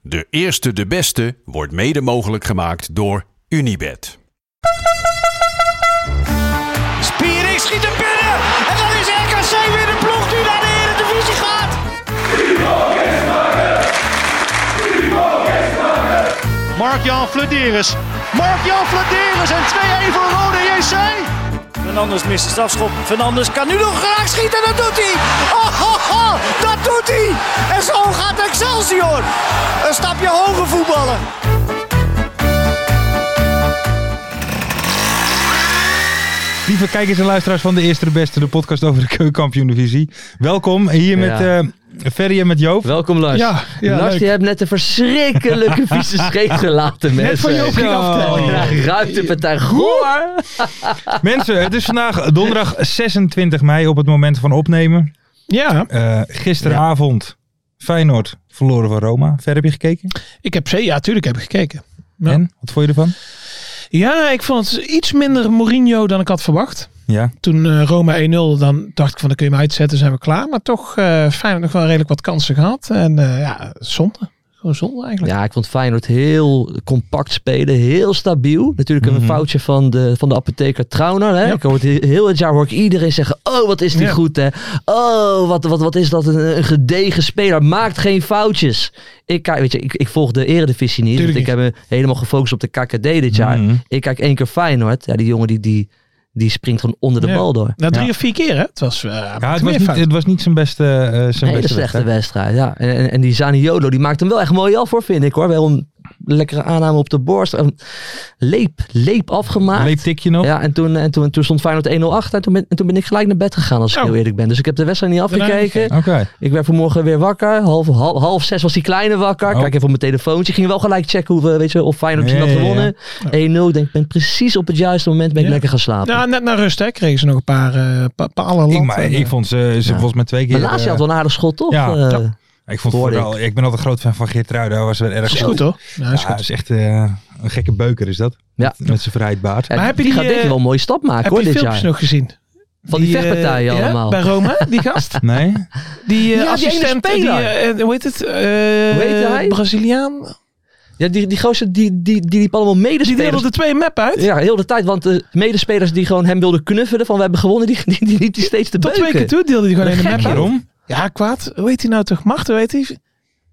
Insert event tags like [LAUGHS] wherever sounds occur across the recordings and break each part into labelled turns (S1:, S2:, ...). S1: De eerste, de beste wordt mede mogelijk gemaakt door Unibed.
S2: Spiering schiet hem binnen. En dan is RKC weer de ploeg die naar de Eredivisie gaat. Mark-Jan Flederis. Mark-Jan Flederis en 2-1 voor Rode JC. Fernandes mist de strafschop. Fernandes kan nu nog graag schieten. Dat doet hij. Oh, oh, oh, dat doet hij. En zo gaat Excelsior. Een stapje hoger voetballen.
S3: Lieve kijkers en luisteraars van de Eerste de Beste, de podcast over de keukenkampioen-divisie. Welkom hier met
S4: Ja.
S3: eh, Ferry en met Joop.
S4: Welkom Lars.
S3: Ja, ja,
S4: Lars,
S3: leuk.
S4: je hebt net een verschrikkelijke
S3: [LAUGHS]
S4: vieze scheet gelaten, mensen.
S3: van Joop ging aftellen.
S4: Ja, ruikt de partij goor.
S3: Mensen, het is vandaag donderdag 26 mei op het moment van opnemen.
S5: Ja,
S3: Eh, gisteravond Feyenoord verloren van Roma. Ver heb je gekeken?
S5: ik heb ze, ja, tuurlijk heb ik gekeken. Ja.
S3: En? Wat vond je ervan?
S5: Ja, ik vond het iets minder Mourinho dan ik had verwacht.
S3: Ja.
S5: Toen eh, Roma 1-0, dan dacht ik van, dan kun je hem uitzetten, zijn we klaar. Maar toch, eh Feyenoord nog wel redelijk wat kansen gehad. En eh, ja, zonde. Gewoon zonde eigenlijk.
S4: Ja, ik vond Feyenoord heel compact spelen, heel stabiel. Natuurlijk een foutje van de, van de apotheker Trauner. Hè?
S5: Mhm. Ja.
S4: Ik hoor het he- heel het jaar hoor ik iedereen zeggen, oh wat is die
S5: Ja.
S4: goed hè. Oh, wat, wat, wat is dat, een, een gedegen speler, maakt geen foutjes. Ik, kijk- weet je, ik, ik volg de eredivisie niet,
S5: Tuurlijk
S4: want ik heb me helemaal gefocust op de KKD dit jaar.
S3: Mhm.
S4: Ik kijk één keer Feyenoord, ja, die jongen die, die, die springt gewoon onder de
S5: Ja.
S4: bal door.
S5: Na drie
S3: Ja.
S5: of vier keer, hè? Het was, eh,
S3: Ja, het,
S5: meer
S3: was niet,
S5: fout.
S3: het was niet zijn beste, eh, zijn
S4: Een hele
S3: beste
S4: slechte
S3: wedstrijd.
S4: wedstrijd, ja. En, en, en die Zaniolo, die maakt hem wel echt mooi af hoor, vind ik hoor. Wel een lekkere aanname op de borst. Een leep, leep afgemaakt.
S3: Leeptikje nog.
S4: Ja, en toen, en toen, toen stond Feyenoord 1-0 achter. En toen, ben, en toen ben ik gelijk naar bed gegaan, als ik
S5: Oh.
S4: heel eerlijk ben. Dus ik heb de wedstrijd niet
S5: Daarna
S4: afgekeken.
S3: Oké.
S4: Ik werd vanmorgen weer wakker. Half, half, half zes was die kleine wakker.
S3: Oh.
S4: Kijk even op mijn telefoontje. Ging wel gelijk checken hoe, we- weet je, of Feyenoord misschien
S3: Ja,
S4: had
S3: ja, ja.
S4: gewonnen. 1-0. Ik denk, ben precies op het juiste moment ben ik
S5: Ja.
S4: lekker gaan slapen.
S5: Ja, net naar rust, hè? Kregen ze nog een paar eh, pa- palen
S3: Ik,
S5: land.
S3: maar,
S5: En, eh,
S3: ik vond ze, ze volgens mij twee keer...
S4: maar laatst
S3: eh,
S4: had wel een aardig schot, toch?
S3: ja,
S4: Eh,
S3: ja. ik, vond
S4: hoorde
S3: vooral, ik. ben altijd groot fan van Geertruida. Hij was wel erg
S5: eh, is goed, hoor. Ja, is
S3: Ja,
S5: goed.
S3: is echt eh, een gekke beuker is dat.
S4: Ja.
S3: Met, met zijn vrijheid
S4: Ja,
S5: Maar heb je
S4: die
S5: die,
S4: gaat denk ik
S5: eh,
S4: wel een mooie stap maken
S5: Heb
S4: hoor
S5: je die
S4: dit
S5: filmpjes
S4: jaar.
S5: nog gezien?
S4: Van die,
S5: eh,
S4: vechtpartijen
S5: ja,
S4: allemaal.
S5: bij Roma, die gast.
S3: Nee?
S5: Die eh
S4: Ja, die ene
S5: assistent, die,
S4: speler.
S5: eh, hoe heet het? Eh,
S4: heet hij?
S5: Braziliaan.
S4: Ja, die, die gozer die, die, die liep allemaal
S5: Die
S4: medespelers.
S5: deelde de twee map uit.
S4: Ja, heel de tijd. Want de medespelers die gewoon hem wilden knuffelen van we hebben gewonnen, die, die, die liep die steeds te
S5: Tot
S4: beuken.
S5: twee keer toe deelde hij gewoon
S4: Wat
S5: een map
S4: gek,
S5: uit.
S4: joh.
S3: Waarom?
S5: Ja, kwaad. Hoe heet hij nou toch? Machten, weet hij?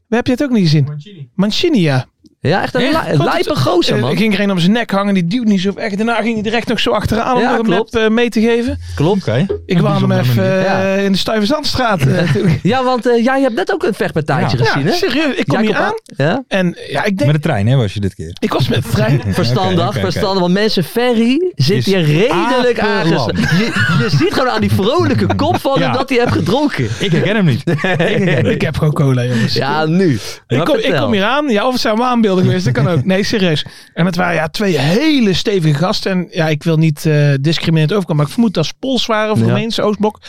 S5: We heb je het ook niet gezien? Mancini. Mancini, ja.
S4: Ja, echt een
S5: Echt?
S4: li- een
S5: Goed,
S4: lijpe
S5: het-
S4: gozer
S5: Eh,
S4: man.
S5: ging er een om zijn nek hangen, die duwt niet zo echt. Daarna ging hij direct nog zo achteraan om
S4: Ja,
S5: er een
S4: klopt.
S5: map eh, mee te geven.
S4: Klopt.
S3: Oké.
S5: Ik wou hem even
S3: bijzondere
S5: eh,
S4: manier.
S5: in de Stuyvesantstraat. eh, toen-
S4: [LAUGHS] Ja, want eh, jij hebt net ook een vechtpartijtje
S3: Ja.
S4: gezien
S5: ja,
S4: hè?
S5: serieus. Ik kom
S4: Jacob
S5: hier aan
S4: Ja?
S5: en ja, ik
S3: Met
S5: denk,
S3: de trein hè, was je dit keer.
S5: ik was met de trein.
S4: Verstandig,
S3: Oké, oké, oké.
S4: verstandig. Want mensen, Ferry zit
S3: Is
S4: hier redelijk
S3: apenlam.
S4: aangesloten. Je, je ziet gewoon aan die
S3: [LAUGHS]
S4: vrolijke kop van hem
S3: Ja.
S4: dat hij heeft gedronken.
S3: Ik herken hem niet. [LAUGHS]
S5: Ik heb gewoon cola, jongens.
S4: [LAUGHS] Ja, nu.
S5: Ik
S4: Maar
S5: kom, ik
S4: vertel.
S5: kom hier aan. Ja, of het zijn waanbeelden geweest. Dat kan ook. Nee, serieus. En het waren ja, twee hele stevige gasten. En ja, ik wil niet eh discriminerend overkomen. Maar ik vermoed dat ze Pools waren. Voor
S4: Ja.
S5: Roemeense Oostblok.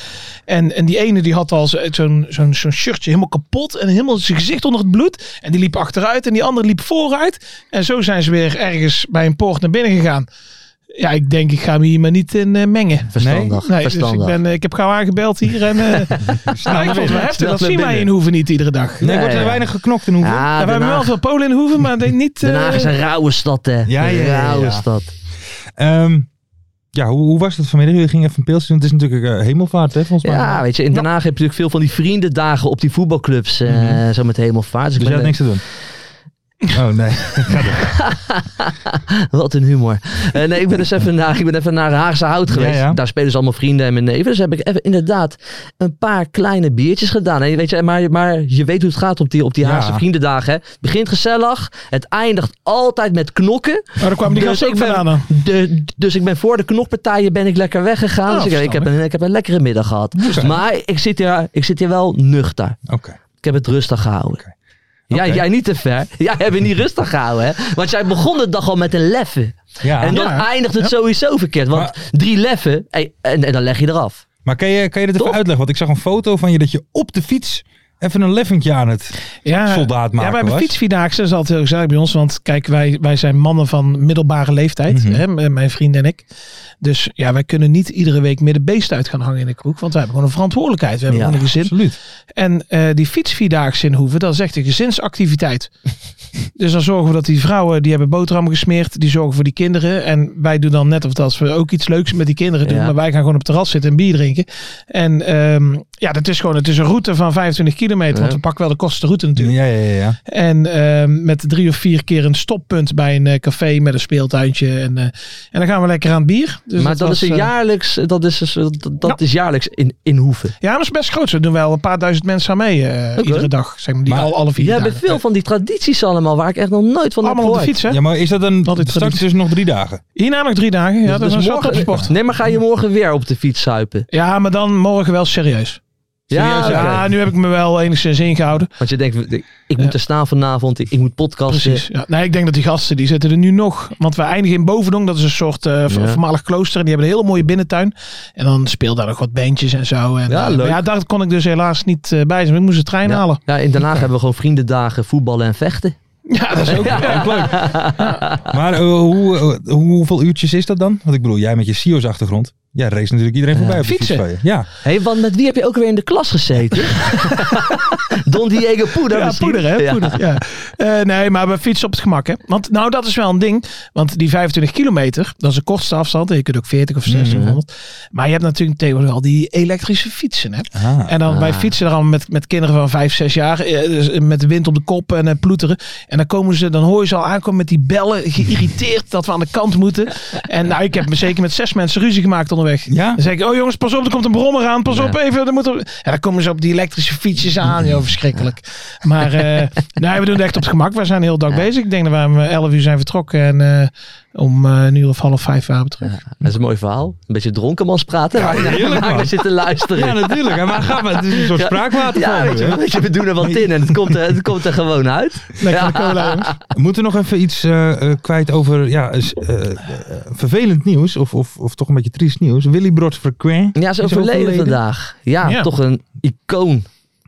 S5: En, en die ene die had al zo- zo'n zo'n zo'n shirtje helemaal kapot. En helemaal zijn gezicht onder het bloed. En die liep achteruit. En die andere liep vooruit. En zo zijn ze weer ergens bij een poort naar binnen gegaan. Ja, ik denk ik ga me hier maar niet in eh, mengen.
S4: Verstandig,
S5: Nee, dus
S4: verstandig.
S5: ik, ben, eh, ik heb gauw aangebeld hier. En,
S4: [LAUGHS]
S5: eh, nou, ik vond het wel heftig.
S4: Snel
S5: Dat
S4: naar
S5: zien wij
S4: binnen.
S5: in Hoeven niet iedere dag.
S3: Nee,
S4: Nee,
S3: wordt er
S4: ja.
S3: weinig geknokt in hoeveel?
S4: Ja,
S5: Ja, we
S4: Den
S5: hebben wel
S4: Haag-
S5: veel Polen in Hoeven, maar ik denk niet.
S4: Den
S5: eh,
S4: Haag is een rauwe stad, hè?
S3: ja, ja, ja,
S4: Rauwe
S3: ja.
S4: stad.
S3: Ehm, ja, hoe, hoe was dat vanmiddag? Jullie gingen even een pilsje doen. Het is natuurlijk eh, hemelvaart hè, volgens mij.
S4: Ja, weet je, in Den Haag heb je natuurlijk veel van die vriendendagen op die voetbalclubs, eh, zo met hemelvaart. Dus ik
S3: dus je
S4: ben-
S3: had niks te doen? Oh nee.
S4: Wat een humor. Eh, nee, ik ben dus even naar, ik ben even naar Haagse Hout geweest.
S3: Ja, ja.
S4: Daar spelen ze allemaal vrienden en mijn neven. Dus heb ik even inderdaad een paar kleine biertjes gedaan. En weet je, maar, maar je weet hoe het gaat op die, op die
S3: Ja.
S4: Haagse vriendendagen. Hè. Het begint gezellig, het eindigt altijd met knokken.
S5: Oh,
S3: [LAUGHS]
S5: daar kwamen die
S4: Dus
S5: gasten
S4: ik
S5: ook
S4: ben-
S5: vandaan. dan.
S4: De, dus ik ben voor de knokpartijen ben ik lekker weggegaan.
S5: Ah,
S4: dus ik, ik, heb een, ik heb een lekkere middag gehad. Maar ik zit, hier, ik zit hier wel nuchter.
S3: Oké.
S4: Ik heb het rustig gehouden. Jij,
S3: Oké.
S4: jij niet te
S5: [LAUGHS]
S4: ver. Jij hebt het niet rustig gehouden, hè? Want jij begon de dag al met een leffen.
S5: Ah,
S3: Ja.
S4: en dan eindigt het sowieso verkeerd. Want drie leffen, hey, en, en dan leg je
S5: Dus
S4: eraf.
S3: Maar kan je, kan je dit even
S4: Toch?
S3: uitleggen? Want ik zag een foto van je dat je op de fiets even een leffentje aan het...
S5: Ja,
S3: soldaat maken
S5: Ja, bij de
S3: was.
S5: fietsvierdaagse is altijd heel gezellig bij ons. Want kijk, wij, wij zijn mannen van middelbare leeftijd.
S4: Mhm.
S5: hè, m- mijn vriend en ik. Dus ja, wij kunnen niet iedere week meer de beest uit gaan hangen in de kroeg. Want wij hebben gewoon een verantwoordelijkheid. We hebben
S4: Ja,
S5: gewoon een gezin.
S3: Absoluut.
S4: [LAUGHS]
S5: En eh, die fietsvierdaagse in Hoeven, dat is echt een gezinsactiviteit. Dus dan zorgen we dat die vrouwen, die hebben boterhammen gesmeerd, die zorgen voor die kinderen. En wij doen dan net of dat we ook iets leuks met die kinderen doen.
S4: Ja.
S5: Maar wij gaan gewoon op het terras zitten en bier drinken. En ehm, ja, dat is gewoon, het is een route van 25 kilometer. Want
S4: Ja.
S5: we pakken wel de kosten route natuurlijk.
S3: Ja, ja, ja.
S5: En ehm, met drie of vier keer een stoppunt bij een eh, café met een speeltuintje. En, eh, en dan gaan we lekker aan het bier. Dus
S4: maar dat,
S5: was,
S4: is een
S5: eh,
S4: jaarlijks, dat is, dus- dat, dat
S5: Ja.
S4: is jaarlijks in, in Hoeven.
S5: Ja, maar het is best groot. Ze doen wel een paar duizend mensen aan mee eh,
S4: Oké.
S5: iedere dag. Zeg maar, die
S3: Maar
S5: al, alle vier
S4: Jij
S5: dagen.
S4: hebt veel van die tradities allemaal waar ik echt nog nooit van
S5: Allemaal
S4: heb
S5: op de
S4: gehoord.
S5: fiets, hè?
S3: Ja, maar is dat een...
S5: Wat is
S3: Straks
S5: traditie?
S3: dus nog drie dagen.
S5: Hierna nog drie dagen. Ja, dat
S4: dus
S5: is wel
S4: morgen-
S5: topsport.
S4: Nee, maar ga je morgen weer op de fiets suipen?
S5: Ja, maar dan morgen wel serieus.
S4: Ja,
S5: Serieus,
S4: oké.
S5: ja, nu heb ik me wel enigszins ingehouden.
S4: Want je denkt, ik- ik moet er staan vanavond, ik, ik moet podcasten.
S5: Precies. Ja. Nee, ik denk dat die gasten, die zitten er nu nog. Want we eindigen in Bovendong. Dat is een soort eh, vo-
S4: Ja.
S5: voormalig klooster. En die hebben een hele mooie binnentuin. En dan speel daar nog wat bandjes en zo. En,
S4: Ja,
S5: eh,
S4: leuk.
S5: ja, daar kon ik dus helaas niet eh, bij zijn. want Ik moest de trein
S4: Ja.
S5: halen.
S4: ja, in Den Haag hebben we gewoon vriendendagen, voetballen en vechten.
S5: Ja,
S4: [LAUGHS]
S5: dat is ook
S3: Maar eh, hoe, eh, hoeveel uurtjes is dat dan? Want ik bedoel, jij met je CEO's achtergrond. Ja, race natuurlijk iedereen voorbij op de
S5: Fietsen.
S3: fiets van je. Ja.
S4: Hé, want met wie heb je ook weer in de klas gezeten? [LAUGHS] Don Diego Poeder
S5: ja,
S4: misschien?
S5: poeder, hè?
S4: Ja.
S5: Poeder, ja. Eh, nee, maar we fietsen op het gemak, hè? Want nou, dat is wel een ding. Want die 25 kilometer, dat is de kortste afstand. Je kunt ook 40 of 1600. Maar je hebt natuurlijk tegenwoordig al die elektrische fietsen, hè?
S3: Ah.
S5: En dan wij fietsen er allemaal met, met kinderen van 5, 6 jaar. eh, dus, eh, met de wind op de kop en eh, ploeteren. En dan komen ze, dan hoor je ze al aankomen met die bellen. Geïrriteerd dat we aan de kant moeten. En nou, ik heb me zeker met zes mensen ruzie gemaakt onderweg.
S3: Ja?
S5: Dan zeg ik, oh jongens, pas op, er komt een brommer aan. Pas op, even. Er moet er... En dan komen ze op die elektrische fietsjes aan. Joh, verschrikkelijk. Maar
S4: [LAUGHS]
S5: eh, nee, we doen het echt op het gemak. We zijn heel dag bezig. Ik denk dat we om eh, 11 uur zijn vertrokken. En eh, om eh, een uur of half vijf waren we
S4: [LAUGHS]
S5: terug.
S4: Dat is een mooi verhaal. Een beetje dronkenmans praten. waar je naar- waar je zit te luisteren.
S3: Ja, natuurlijk. Maar ga maar. Het is een soort spraakwater.
S4: Ja, weet je, weet je, we doen er wat in en het komt er, het komt er gewoon uit.
S5: Lekker de cola, jongens.
S3: Moeten we nog even iets eh, eh, kwijt over ja, is, eh, eh, vervelend nieuws? Of, of, of toch een beetje triest nieuws? Willy Brods Frequin.
S4: Ja, ze overleden vandaag. Ja,
S5: Ja.
S4: toch een icoon.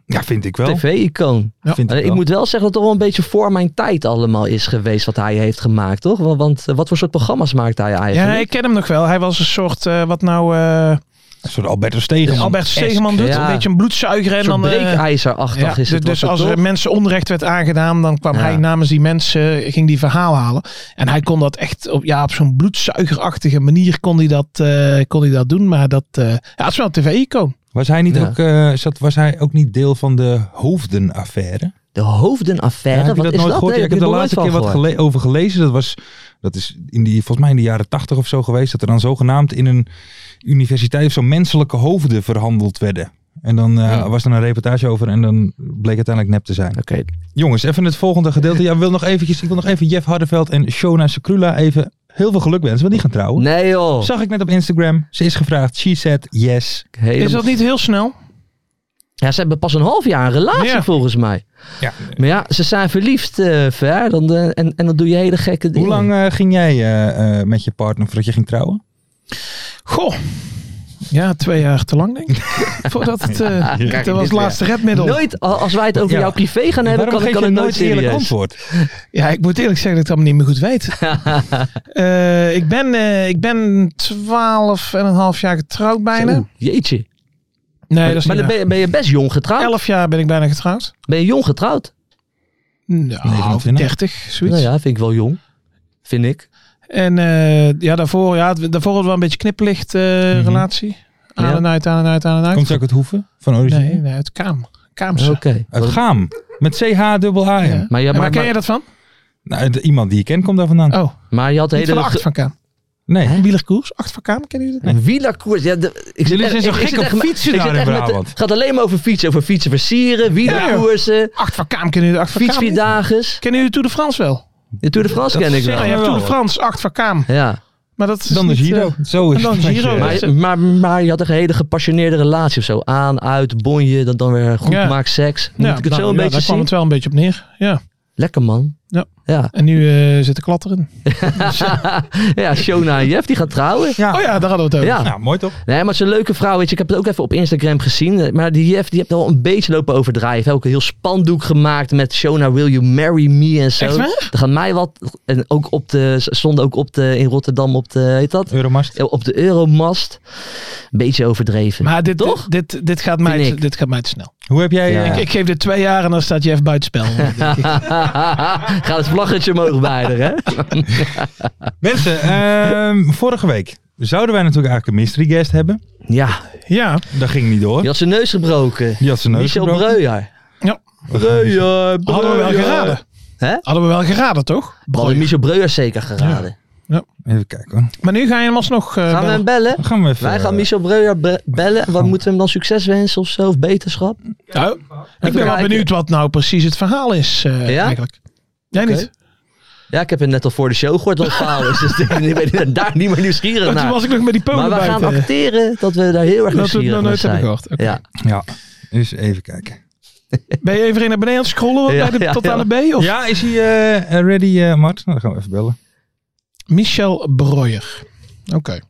S3: Ja, vind ik wel.
S4: TV-icoon. Eh,
S5: Ja.
S3: Vind
S4: Ik,
S3: wel.
S4: moet wel zeggen dat het toch wel een beetje voor mijn tijd allemaal is geweest wat hij heeft gemaakt, toch? Want, want, eh, wat voor soort programma's maakt hij eigenlijk?
S5: Ja, ik ken hem nog wel. Hij was een soort, eh, wat nou... eh,
S3: Een soort Alberto Stegeman.
S5: Albert Stegeman doet.
S4: Ja.
S5: Een beetje een bloedzuiger. En
S4: een soort
S5: dan, eh,
S4: breekijzerachtig
S5: ja,
S4: is het.
S5: dus
S4: was
S5: als
S4: het
S5: er
S4: toch?
S5: mensen onrecht werd aangedaan, dan kwam
S4: Ja.
S5: hij namens die mensen, eh, ging die verhaal halen. En hij kon dat echt op, ja, op zo'n bloedzuigerachtige manier kon hij dat, eh, kon hij dat doen. Maar dat, eh, ja, het is wel een tv-icoon.
S3: Was hij, niet
S4: Ja.
S3: ook, eh, zat, was hij ook niet deel van de hoofdenaffaire?
S4: De hoofdenaffaire,
S3: Ja, heb je
S4: wat
S3: dat
S4: is
S3: nooit
S4: dat?
S3: gehoord?
S4: Nee,
S3: Ja, ik heb
S4: er
S3: de
S4: nooit
S3: laatste
S4: van
S3: keer wat
S4: gehoord.
S3: gele- over gelezen. Dat, was, dat is in die, volgens mij in de jaren tachtig of zo geweest. Dat er dan zogenaamd in een universiteit of zo menselijke hoofden verhandeld werden. En dan eh,
S4: Ja.
S3: was er een reportage over en dan bleek uiteindelijk nep te zijn.
S4: Oké,
S3: Jongens, even het volgende gedeelte. Ja, wil nog eventjes, ik wil nog even Jeff Hardeveld en Shona Sekrula even heel veel geluk wensen. Want die gaan trouwen.
S4: nee joh.
S3: Zag ik net op Instagram. Ze is gevraagd. She said yes.
S4: Helemaal-
S5: Is dat niet heel snel?
S4: Ja, ze hebben pas een half jaar een relatie
S5: Ja.
S4: volgens mij.
S3: Ja.
S4: Maar ja, ze zijn verliefd, eh, Ver. Dan, eh, en, en dan doe je hele gekke dingen.
S3: Hoe lang eh, ging jij eh, eh, met je partner voordat je ging trouwen?
S5: Goh. Ja, twee jaar te lang
S4: [LAUGHS]
S5: denk ik. Voordat het, eh,
S4: kijk,
S5: dat was
S4: dit,
S5: het laatste redmiddel.
S4: Nooit, al- als wij het over
S3: Ja.
S4: jouw privé gaan hebben,
S3: Waarom
S4: kan ik
S3: geef
S4: kan
S3: je
S4: het nooit
S3: nooit eerlijk
S4: serieus.
S3: antwoord?
S5: Ja, ik moet eerlijk zeggen dat ik het allemaal niet meer goed
S4: [LAUGHS]
S5: weet. Eh, ik ben, eh ik ben twaalf en een half jaar getrouwd bijna.
S4: Oeh, jeetje.
S5: Nee, dat is
S4: maar dan
S5: niet waar.
S4: ben je, ben je best jong getrouwd.
S5: Elf jaar ben ik bijna getrouwd.
S4: Ben je jong getrouwd?
S5: Nou,
S3: 29.
S5: 30, zoiets.
S4: Nou Hmm, ja, vind ik wel jong. Vind ik.
S5: En eh, ja, daarvoor, ja, het- daarvoor hadden we een beetje knipplicht eh, relatie. Aan
S4: Mhm. Ja.
S5: en uit, aan en uit, aan en uit.
S3: Komt ze ook uit Hoeven? Van origine?
S5: nee, nee, uit Kaam. Kaamse.
S4: Oké.
S3: Uit
S4: Wat-
S3: Gaam. Met CH-AA.
S5: Ja.
S4: Maar, Oh, ja,
S5: En waar
S4: maar,
S5: ken jij
S4: maar,
S5: dat van?
S3: Nou, de- iemand die je kent komt daar vandaan.
S5: Oh,
S4: maar je had de
S5: niet
S4: hele...
S5: van de acht van Kaam.
S3: Nee.
S5: Een wielerkoers, acht van Kaam, kennen jullie dat?
S4: Een wielerkoers. Ja, de, ik
S3: Jullie
S4: echt-
S3: zijn zo
S4: ik- ik
S3: gek
S4: zit
S3: op
S4: echt met-
S3: fietsen
S4: ik
S3: daar
S4: zit
S3: in
S4: echt met-
S3: Brabant.
S4: Het gaat alleen maar over fietsen. Over fietsen versieren, wielerkoersen,
S5: Acht van Kaam, kennen jullie de acht van Kaam? niet?
S4: fietsvierdages.
S5: Kennen jullie de Tour de France wel?
S4: De Tour de France ken ik
S3: zeg
S5: Ja,
S4: wel.
S5: je hebt
S3: wel,
S5: Tour de
S3: hoor.
S5: France, acht van Kaam.
S4: Ja.
S5: Maar dat is
S3: Dan de
S5: niet,
S3: Giro.
S5: eh,
S3: Zo is
S5: en dan
S3: het met
S5: Giro.
S3: je-
S5: Ja,
S4: Maar,
S5: ze-
S4: maar, maar je had een hele gepassioneerde relatie of zo. Aan, uit, bonje, dan, dan weer goed
S5: Ja.
S4: maakt seks. Moet
S5: ja,
S4: ik het
S5: nou,
S4: zo een
S5: ja,
S4: beetje
S5: daar kwam
S4: zien?
S5: het wel een beetje op neer. Ja.
S4: Lekker man.
S5: Ja.
S4: Ja,
S5: En nu eh zitten klatteren.
S4: ja Shona en Jeff, die gaat trouwen.
S3: Ja.
S5: Oh ja, daar hadden we het over.
S4: Ja.
S3: Nou, mooi toch?
S4: Nee, maar het is een leuke vrouw. Weet je. Ik heb het ook even op Instagram gezien. eh, Maar die Jeff die heeft al een beetje lopen overdrijven. Hij ook een heel spandoek gemaakt met Shona, will you marry me en zo.
S5: Echt waar?
S4: Er gaan mij wat. En ook op de, stonden ook op de, in Rotterdam op de, heet dat?
S3: Euromast.
S4: Op de Euromast. Een beetje overdreven.
S5: Maar dit,
S4: Toch?
S5: Dit, dit, dit, gaat mij,
S4: Vind
S5: te-
S4: ik.
S5: dit gaat mij te snel.
S3: Hoe heb jij...
S4: Ja.
S3: eh,
S5: Ik, ik geef dit twee jaar en dan staat Jeff
S4: [LAUGHS]
S5: buitenspel.
S4: [LAUGHS] Gaat het vlaggetje omhoog bij haar, hè?
S3: Mensen, ehm, vorige week zouden wij natuurlijk eigenlijk een mystery guest hebben.
S4: Ja,
S5: ja.
S3: Dat ging niet door.
S4: die had zijn neus gebroken.
S3: Die had zijn neus
S4: Michel
S3: gebroken.
S4: Breuer.
S5: ja.
S4: Breuer,
S5: Hadden we wel geraden.
S4: Hè?
S5: Hadden we wel geraden, toch?
S4: Hadden Michel Breuer zeker geraden.
S3: Even kijken hoor.
S5: Maar nu ga je hem alsnog... eh,
S4: Gaan we hem
S5: bellen.
S4: bellen?
S3: Dan gaan we even...
S4: Wij gaan
S3: eh,
S4: Michel Breuer be- bellen. Wat moeten we hem dan succes wensen of zo? Of beterschap?
S5: Nou, ik ben wel
S4: kijken.
S5: benieuwd wat nou precies het verhaal is eh,
S4: Ja?
S5: eigenlijk. Jij
S4: Oké.
S5: niet? Oh,
S4: Ja, ik heb het net al voor de show gehoord wat het verhaal is. Dus ik ben daar niet meer nieuwsgierig
S5: Want toen
S4: naar.
S5: was ik nog met die
S4: Nou, Maar
S5: polen
S4: we gaan
S5: buiten.
S4: acteren dat we daar heel erg
S5: Dat we het nog
S4: nieuwsgierig naar
S5: nooit hebben
S4: zijn.
S5: gehoord. Oké.
S4: Ja.
S3: Ja, dus even kijken.
S5: Ben je even in naar beneden aan het scrollen
S4: Ja,
S5: bij de
S4: ja,
S5: totale B? Of?
S3: Ja, is hij eh, ready, eh, Mart? Nou, dan gaan we even bellen.
S5: Michel Breuer. Oké.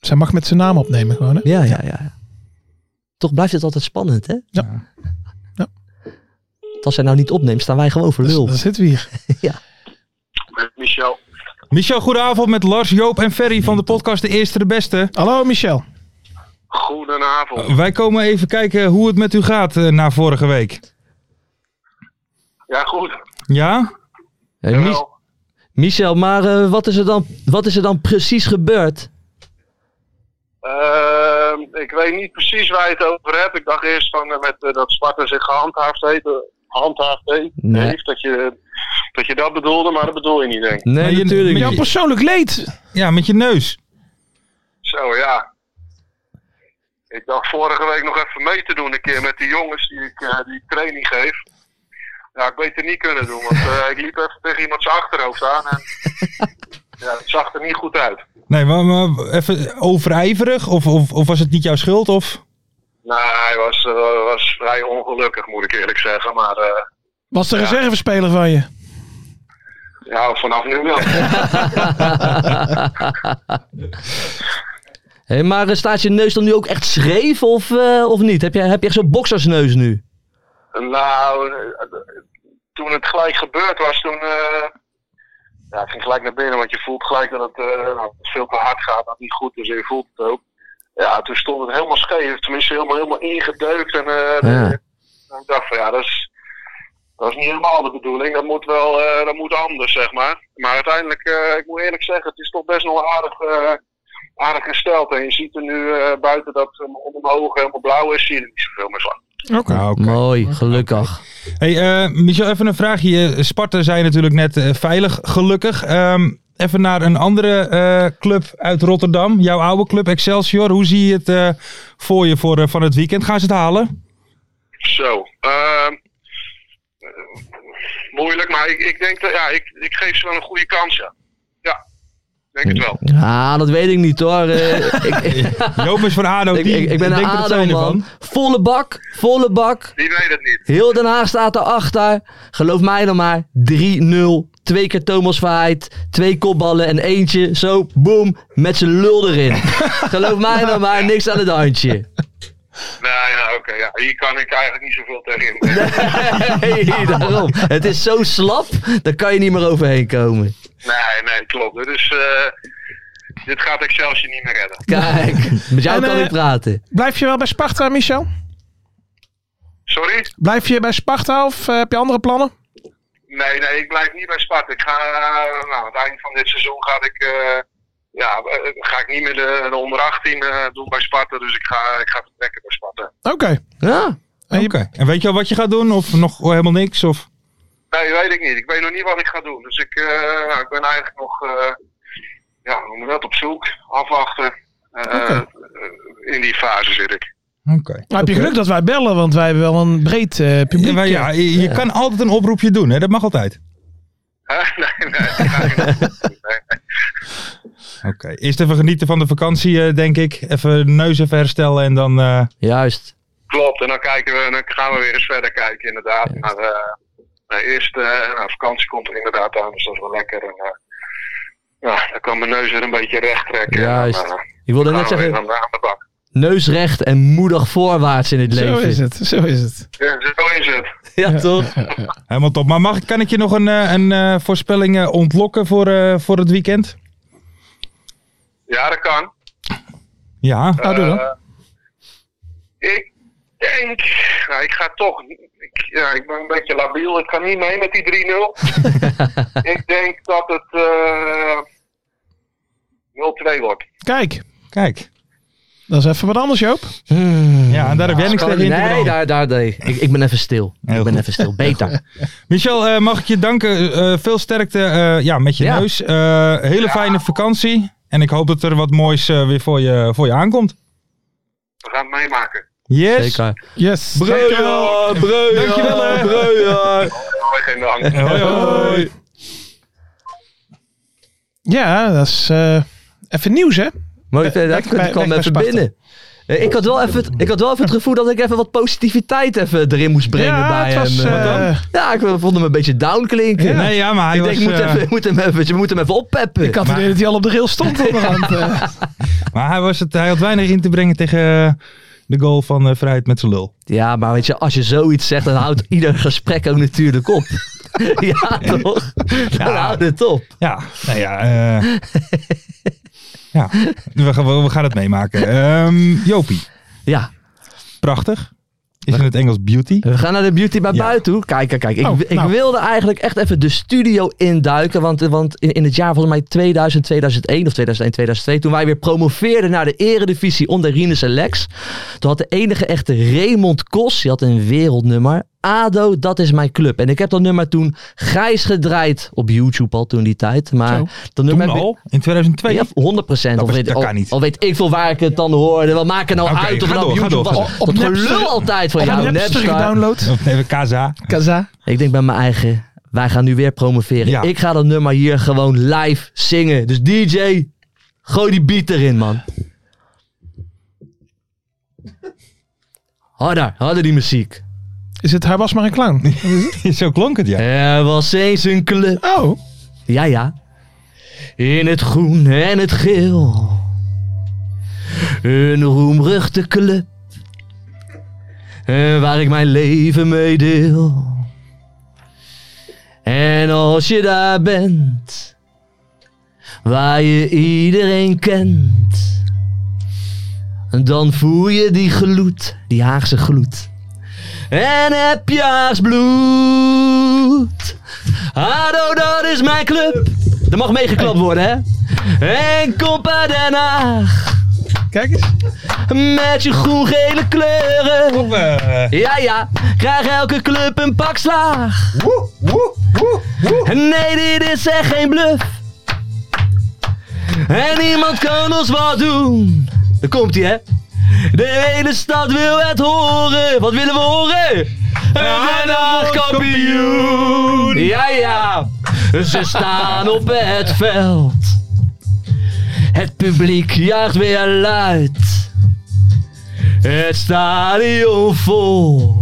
S5: Zij mag met zijn naam opnemen gewoon, hè?
S4: Ja, ja, ja. Toch blijft het altijd spannend, hè?
S5: Ja. Ja. Dus-
S4: Als hij nou niet opneemt, staan wij gewoon voor lul.
S5: Dan zitten we hier.
S6: Met Michel.
S3: Michel, goedenavond met Lars, Joop en Ferry van de podcast De Eerste de Beste.
S5: Hallo Michel.
S6: Goedenavond.
S3: Wij komen even kijken hoe het met u gaat eh, na vorige week.
S6: Ja, goed.
S3: Ja?
S4: Hey, Mich-
S6: Jawel.
S4: Michel, maar eh, wat, is er dan, wat is er dan precies gebeurd?
S6: Ehm, ik weet niet precies waar je het over hebt. Ik dacht eerst van, eh, met, eh, dat Sparta zich gehandhaafd heeft, eh, handhaafd heeft,
S4: Nee.
S6: heeft, dat, je, dat je dat bedoelde, maar dat bedoel je niet, denk ik.
S4: Nee,
S3: Maar je-
S4: natuurlijk
S3: maar
S5: Jouw
S4: niet.
S5: persoonlijk leed.
S3: Ja, met je neus.
S6: Zo, ja. Ik dacht vorige week nog even mee te doen een keer met die jongens die ik eh, die ik training geef. Ja, ik weet het niet kunnen doen, want eh, ik liep even tegen iemand zijn achterhoofd aan en ja, het zag er niet goed uit.
S3: Nee, maar, maar even overijverig? Of, of, of was het niet jouw schuld? Of?
S6: Nee, hij was, eh, was vrij ongelukkig, moet ik eerlijk zeggen, maar... eh,
S5: Was de reservespeler van je.
S6: Ja, vanaf nu wel.
S4: Hey, maar eh, staat je neus dan nu ook echt schreef of, eh, of niet? Heb je, heb je echt zo'n boksersneus nu?
S6: nou, eh, toen het gelijk gebeurd was, toen... eh, ja, ik ging gelijk naar binnen, want je voelt gelijk dat het eh, nou, dat het veel te hard gaat, dat het niet goed is. en Je voelt het ook. Ja, toen stond het helemaal scheef. Tenminste, helemaal, helemaal ingedeukt. En eh,
S4: Ja.
S6: en ik dacht van, ja, dat is, dat is niet helemaal de bedoeling. Dat moet wel eh, dat moet anders, zeg maar. Maar uiteindelijk, eh, ik moet eerlijk zeggen, het is toch best nog aardig... eh, Aardig gesteld en je ziet er nu eh, buiten dat hem omhoog helemaal blauw is, zie je er niet zoveel meer van.
S3: Ah, oké.
S4: Mooi, gelukkig.
S3: Hey, eh, Michel, even een vraagje. Eh, Sparta zei natuurlijk net eh, veilig, gelukkig. Ehm, even naar een andere eh, club uit Rotterdam. Jouw oude club Excelsior. Hoe zie je het eh, voor je voor, eh, van het weekend? Gaan ze het
S4: [LAUGHS]
S3: halen?
S6: Zo. ehm, eh, moeilijk, maar ik, ik denk dat ja, ik, ik geef ze wel een goede kans. Ja, ja denk het wel.
S4: Ah, dat weet ik niet hoor. Eh, ik,
S5: [LAUGHS]
S4: ik,
S3: Joop is van ADO.
S4: ik,
S3: die-
S4: ik ben een
S3: denk dat
S4: ADO
S3: zijn ervan.
S4: man. Volle bak, volle bak.
S6: Die weet het niet.
S4: Heel Den Haag staat erachter. Geloof mij dan maar. 3-0. Twee keer Thomas Verheid. Twee kopballen en eentje. Zo, boom. Met zijn lul
S5: [LAUGHS]
S4: erin. Geloof mij dan maar. Niks aan het handje.
S6: Nou ja, oké. ja. Hier kan ik eigenlijk niet zoveel tegen in.
S4: Hey, daarom. Het is zo slap. Daar kan je niet meer overheen komen.
S6: Nee, nee, klopt. Dus eh, dit gaat Excelsior niet meer redden.
S4: Kijk. Met jou
S5: En,
S4: kan
S5: eh,
S4: ik praten.
S5: Blijf je wel bij Sparta, Michel?
S6: Sorry?
S5: Blijf je bij Sparta of eh, heb je andere plannen?
S6: Nee, nee, ik blijf niet bij Sparta. Ik ga, eh, nou, aan het eind van dit seizoen ga ik, eh, ja, eh, ga ik niet meer de, de onder 18 eh, doen bij Sparta. Dus ik ga, ik ga vertrekken bij Sparta.
S5: Oké.
S4: Ja.
S5: En
S3: Oké.
S5: je-
S3: En weet je al wat je gaat doen? Of nog helemaal niks? Of...
S6: Nee, weet ik niet. Ik weet nog niet wat ik ga doen. Dus ik, eh, nou, ik ben eigenlijk nog eh ja, hoe noem je dat, op zoek, afwachten. Eh,
S5: Oké.
S6: eh, in die fase zit
S7: [LAUGHS]
S6: ik.
S3: Oké.
S5: Nou, heb je geluk dat wij bellen, want wij hebben wel een breed eh, publiek.
S3: Ja, maar ja, je, je kan altijd een oproepje doen. Hè? Dat mag altijd.
S6: Hè? nee, nee, ik ga geen- nee, nee.
S3: Oké. Eerst even genieten van de vakantie, eh, denk ik. Even neus even herstellen en dan... eh,
S4: Juist.
S7: Klopt, en dan, kijken we, dan gaan we weer eens verder kijken, inderdaad. Maar eh, nee, eerst, eh, nou, vakantie komt er inderdaad aan, dus dat is wel lekker. En, eh, ja, dan kan mijn neus weer een beetje recht trekken.
S4: Juist.
S7: En, dan, eh,
S4: Ik wilde
S7: gaan
S6: Nou,
S4: net
S7: we weer
S4: zeggen,
S7: aan, de- aan de bak.
S4: neus recht en moedig voorwaarts in het
S5: Zo is
S4: leven.
S5: het, zo is het.
S7: Ja, zo is het.
S4: Ja, toch?
S3: Helemaal top. Maar mag, ik- kan ik je nog een, eh, een eh, voorspelling eh, ontlokken voor, eh, voor het weekend?
S7: Ja, dat kan.
S3: Ja.
S5: Nou, doe dan.
S7: Eh, ik denk, nou, ik ga toch, ik, ja, ik ben een beetje labiel, ik ga niet mee met die 3-0. ik denk dat het eh 0-2 wordt.
S5: Kijk,
S3: Kijk.
S5: dat is even wat anders, Joop.
S3: Ja, en daar
S4: Ah,
S3: heb jij niks tegen in te
S4: Nee,
S3: brengen.
S4: daar, daar, nee. Ik, ik ben even stil.
S3: Heel
S4: ik ben
S3: goed.
S4: even stil. [LAUGHS] Beter.
S3: Michel, eh, mag ik je danken. Eh, veel sterkte eh, ja, met je
S4: Ja.
S3: neus. Eh, hele fijne vakantie. En ik hoop dat er wat moois eh, weer voor je, voor je aankomt.
S7: We gaan het meemaken.
S3: Yes.
S4: Zeker.
S5: Yes.
S3: Dankjewel. Dankjewel. hè.
S7: Hoi, geen dank.
S3: Hoi, hoi.
S5: Ja, dat is eh, even nieuws, hè?
S4: Mooi, eh, dat,
S5: Weg-
S4: dat
S5: weg bij-
S4: kwam
S5: weg bij
S4: even
S5: Sparta.
S4: binnen. Eh, Ik had, wel even, het- ik had wel even het gevoel dat ik even wat positiviteit even erin moest brengen
S5: ja,
S4: bij
S5: het was,
S4: hem. eh.
S5: eh,
S4: ja, ik vond hem een beetje down klinken.
S3: Nee, ja, maar hij
S4: ik
S3: was...
S4: denk, ik moet,
S3: eh,
S4: even, ik moet hem even, we moeten hem even oppeppen.
S5: ik had het idee dat hij al op de rail stond onderhand. eh.
S3: [LAUGHS] Maar hij, was het, hij had weinig in te brengen tegen eh, de goal van eh, Vrijheid met zijn lul.
S4: Ja, maar weet je, als je zoiets zegt, dan houdt ieder gesprek ook natuurlijk op. [LAUGHS] ja, toch? Dan houdt het op.
S3: Ja, nou ja. eh, [LAUGHS] ja, we gaan, we gaan het meemaken. Ehm, Jopie,
S4: Ja,
S3: prachtig. Is in het Engels beauty.
S4: we gaan naar de beauty bij
S3: Ja.
S4: buiten toe. Kijk, kijk, kijk. Ik,
S5: Oh,
S4: ik
S5: nou.
S4: wilde eigenlijk echt even de studio induiken. Want, want in, in het jaar volgens mij 2000, 2001 of 2001, 2002, toen wij weer promoveerden naar de eredivisie onder Rinus en Lex. Toen had de enige echte Raymond Kos, die had een wereldnummer. ADO, dat is mijn club. En ik heb dat nummer toen grijs gedraaid op YouTube al toen die tijd. Maar
S5: Zo.
S4: dat nummer
S3: Toen
S4: heb ik-
S3: al, in 2002.
S4: Ja, 100 procent.
S3: Dat
S4: Al,
S3: was-
S4: weet-
S3: dat
S4: al,
S3: kan niet.
S4: al weet ik veel waar ik het dan hoorde. Wat maakt het nou
S3: Oké,
S4: uit?
S3: ga
S4: Of het nou
S3: door,
S4: op
S3: ga
S4: YouTube
S3: door, ga
S4: was.
S3: door.
S4: Op,
S5: Op
S4: dat
S5: Napster-
S4: gelul altijd van
S5: Op
S4: jou.
S5: Napster
S4: Napster.
S5: gedownload.
S3: Of nee, [LAUGHS] Kaza.
S5: Kaza.
S4: Ik denk bij mijn eigen. Wij gaan nu weer promoveren.
S3: Ja.
S4: Ik ga dat nummer hier gewoon live zingen. Dus DJ, gooi die beat erin, man. Harder, harder die muziek.
S5: Is het Hij was maar een
S3: [LAUGHS]
S5: clown?
S3: Zo klonk het, ja.
S4: Er was eens een club.
S5: Oh,
S4: Ja, ja. In het groen en het geel. Een roemruchte club. eh, Waar ik mijn leven mee deel. En als je daar bent. Waar je iedereen kent. Dan voel je die gloed. Die Haagse gloed. En heb je Haags bloed. ADO, dat is mijn club. Er mag meegeklapt worden, hè? En Compa Den Haag,
S5: kijk eens.
S4: met je groen-gele kleuren. Ja, ja, krijg elke club een pak slaag. Nee, dit is echt geen bluff. En niemand kan ons wat doen. Daar komt ie, hè? De hele stad wil het horen. Wat willen we horen? Een Den Haag kampioen. Ja, ja. Ze staan op het veld. Het publiek juicht weer luid. Het stadion vol.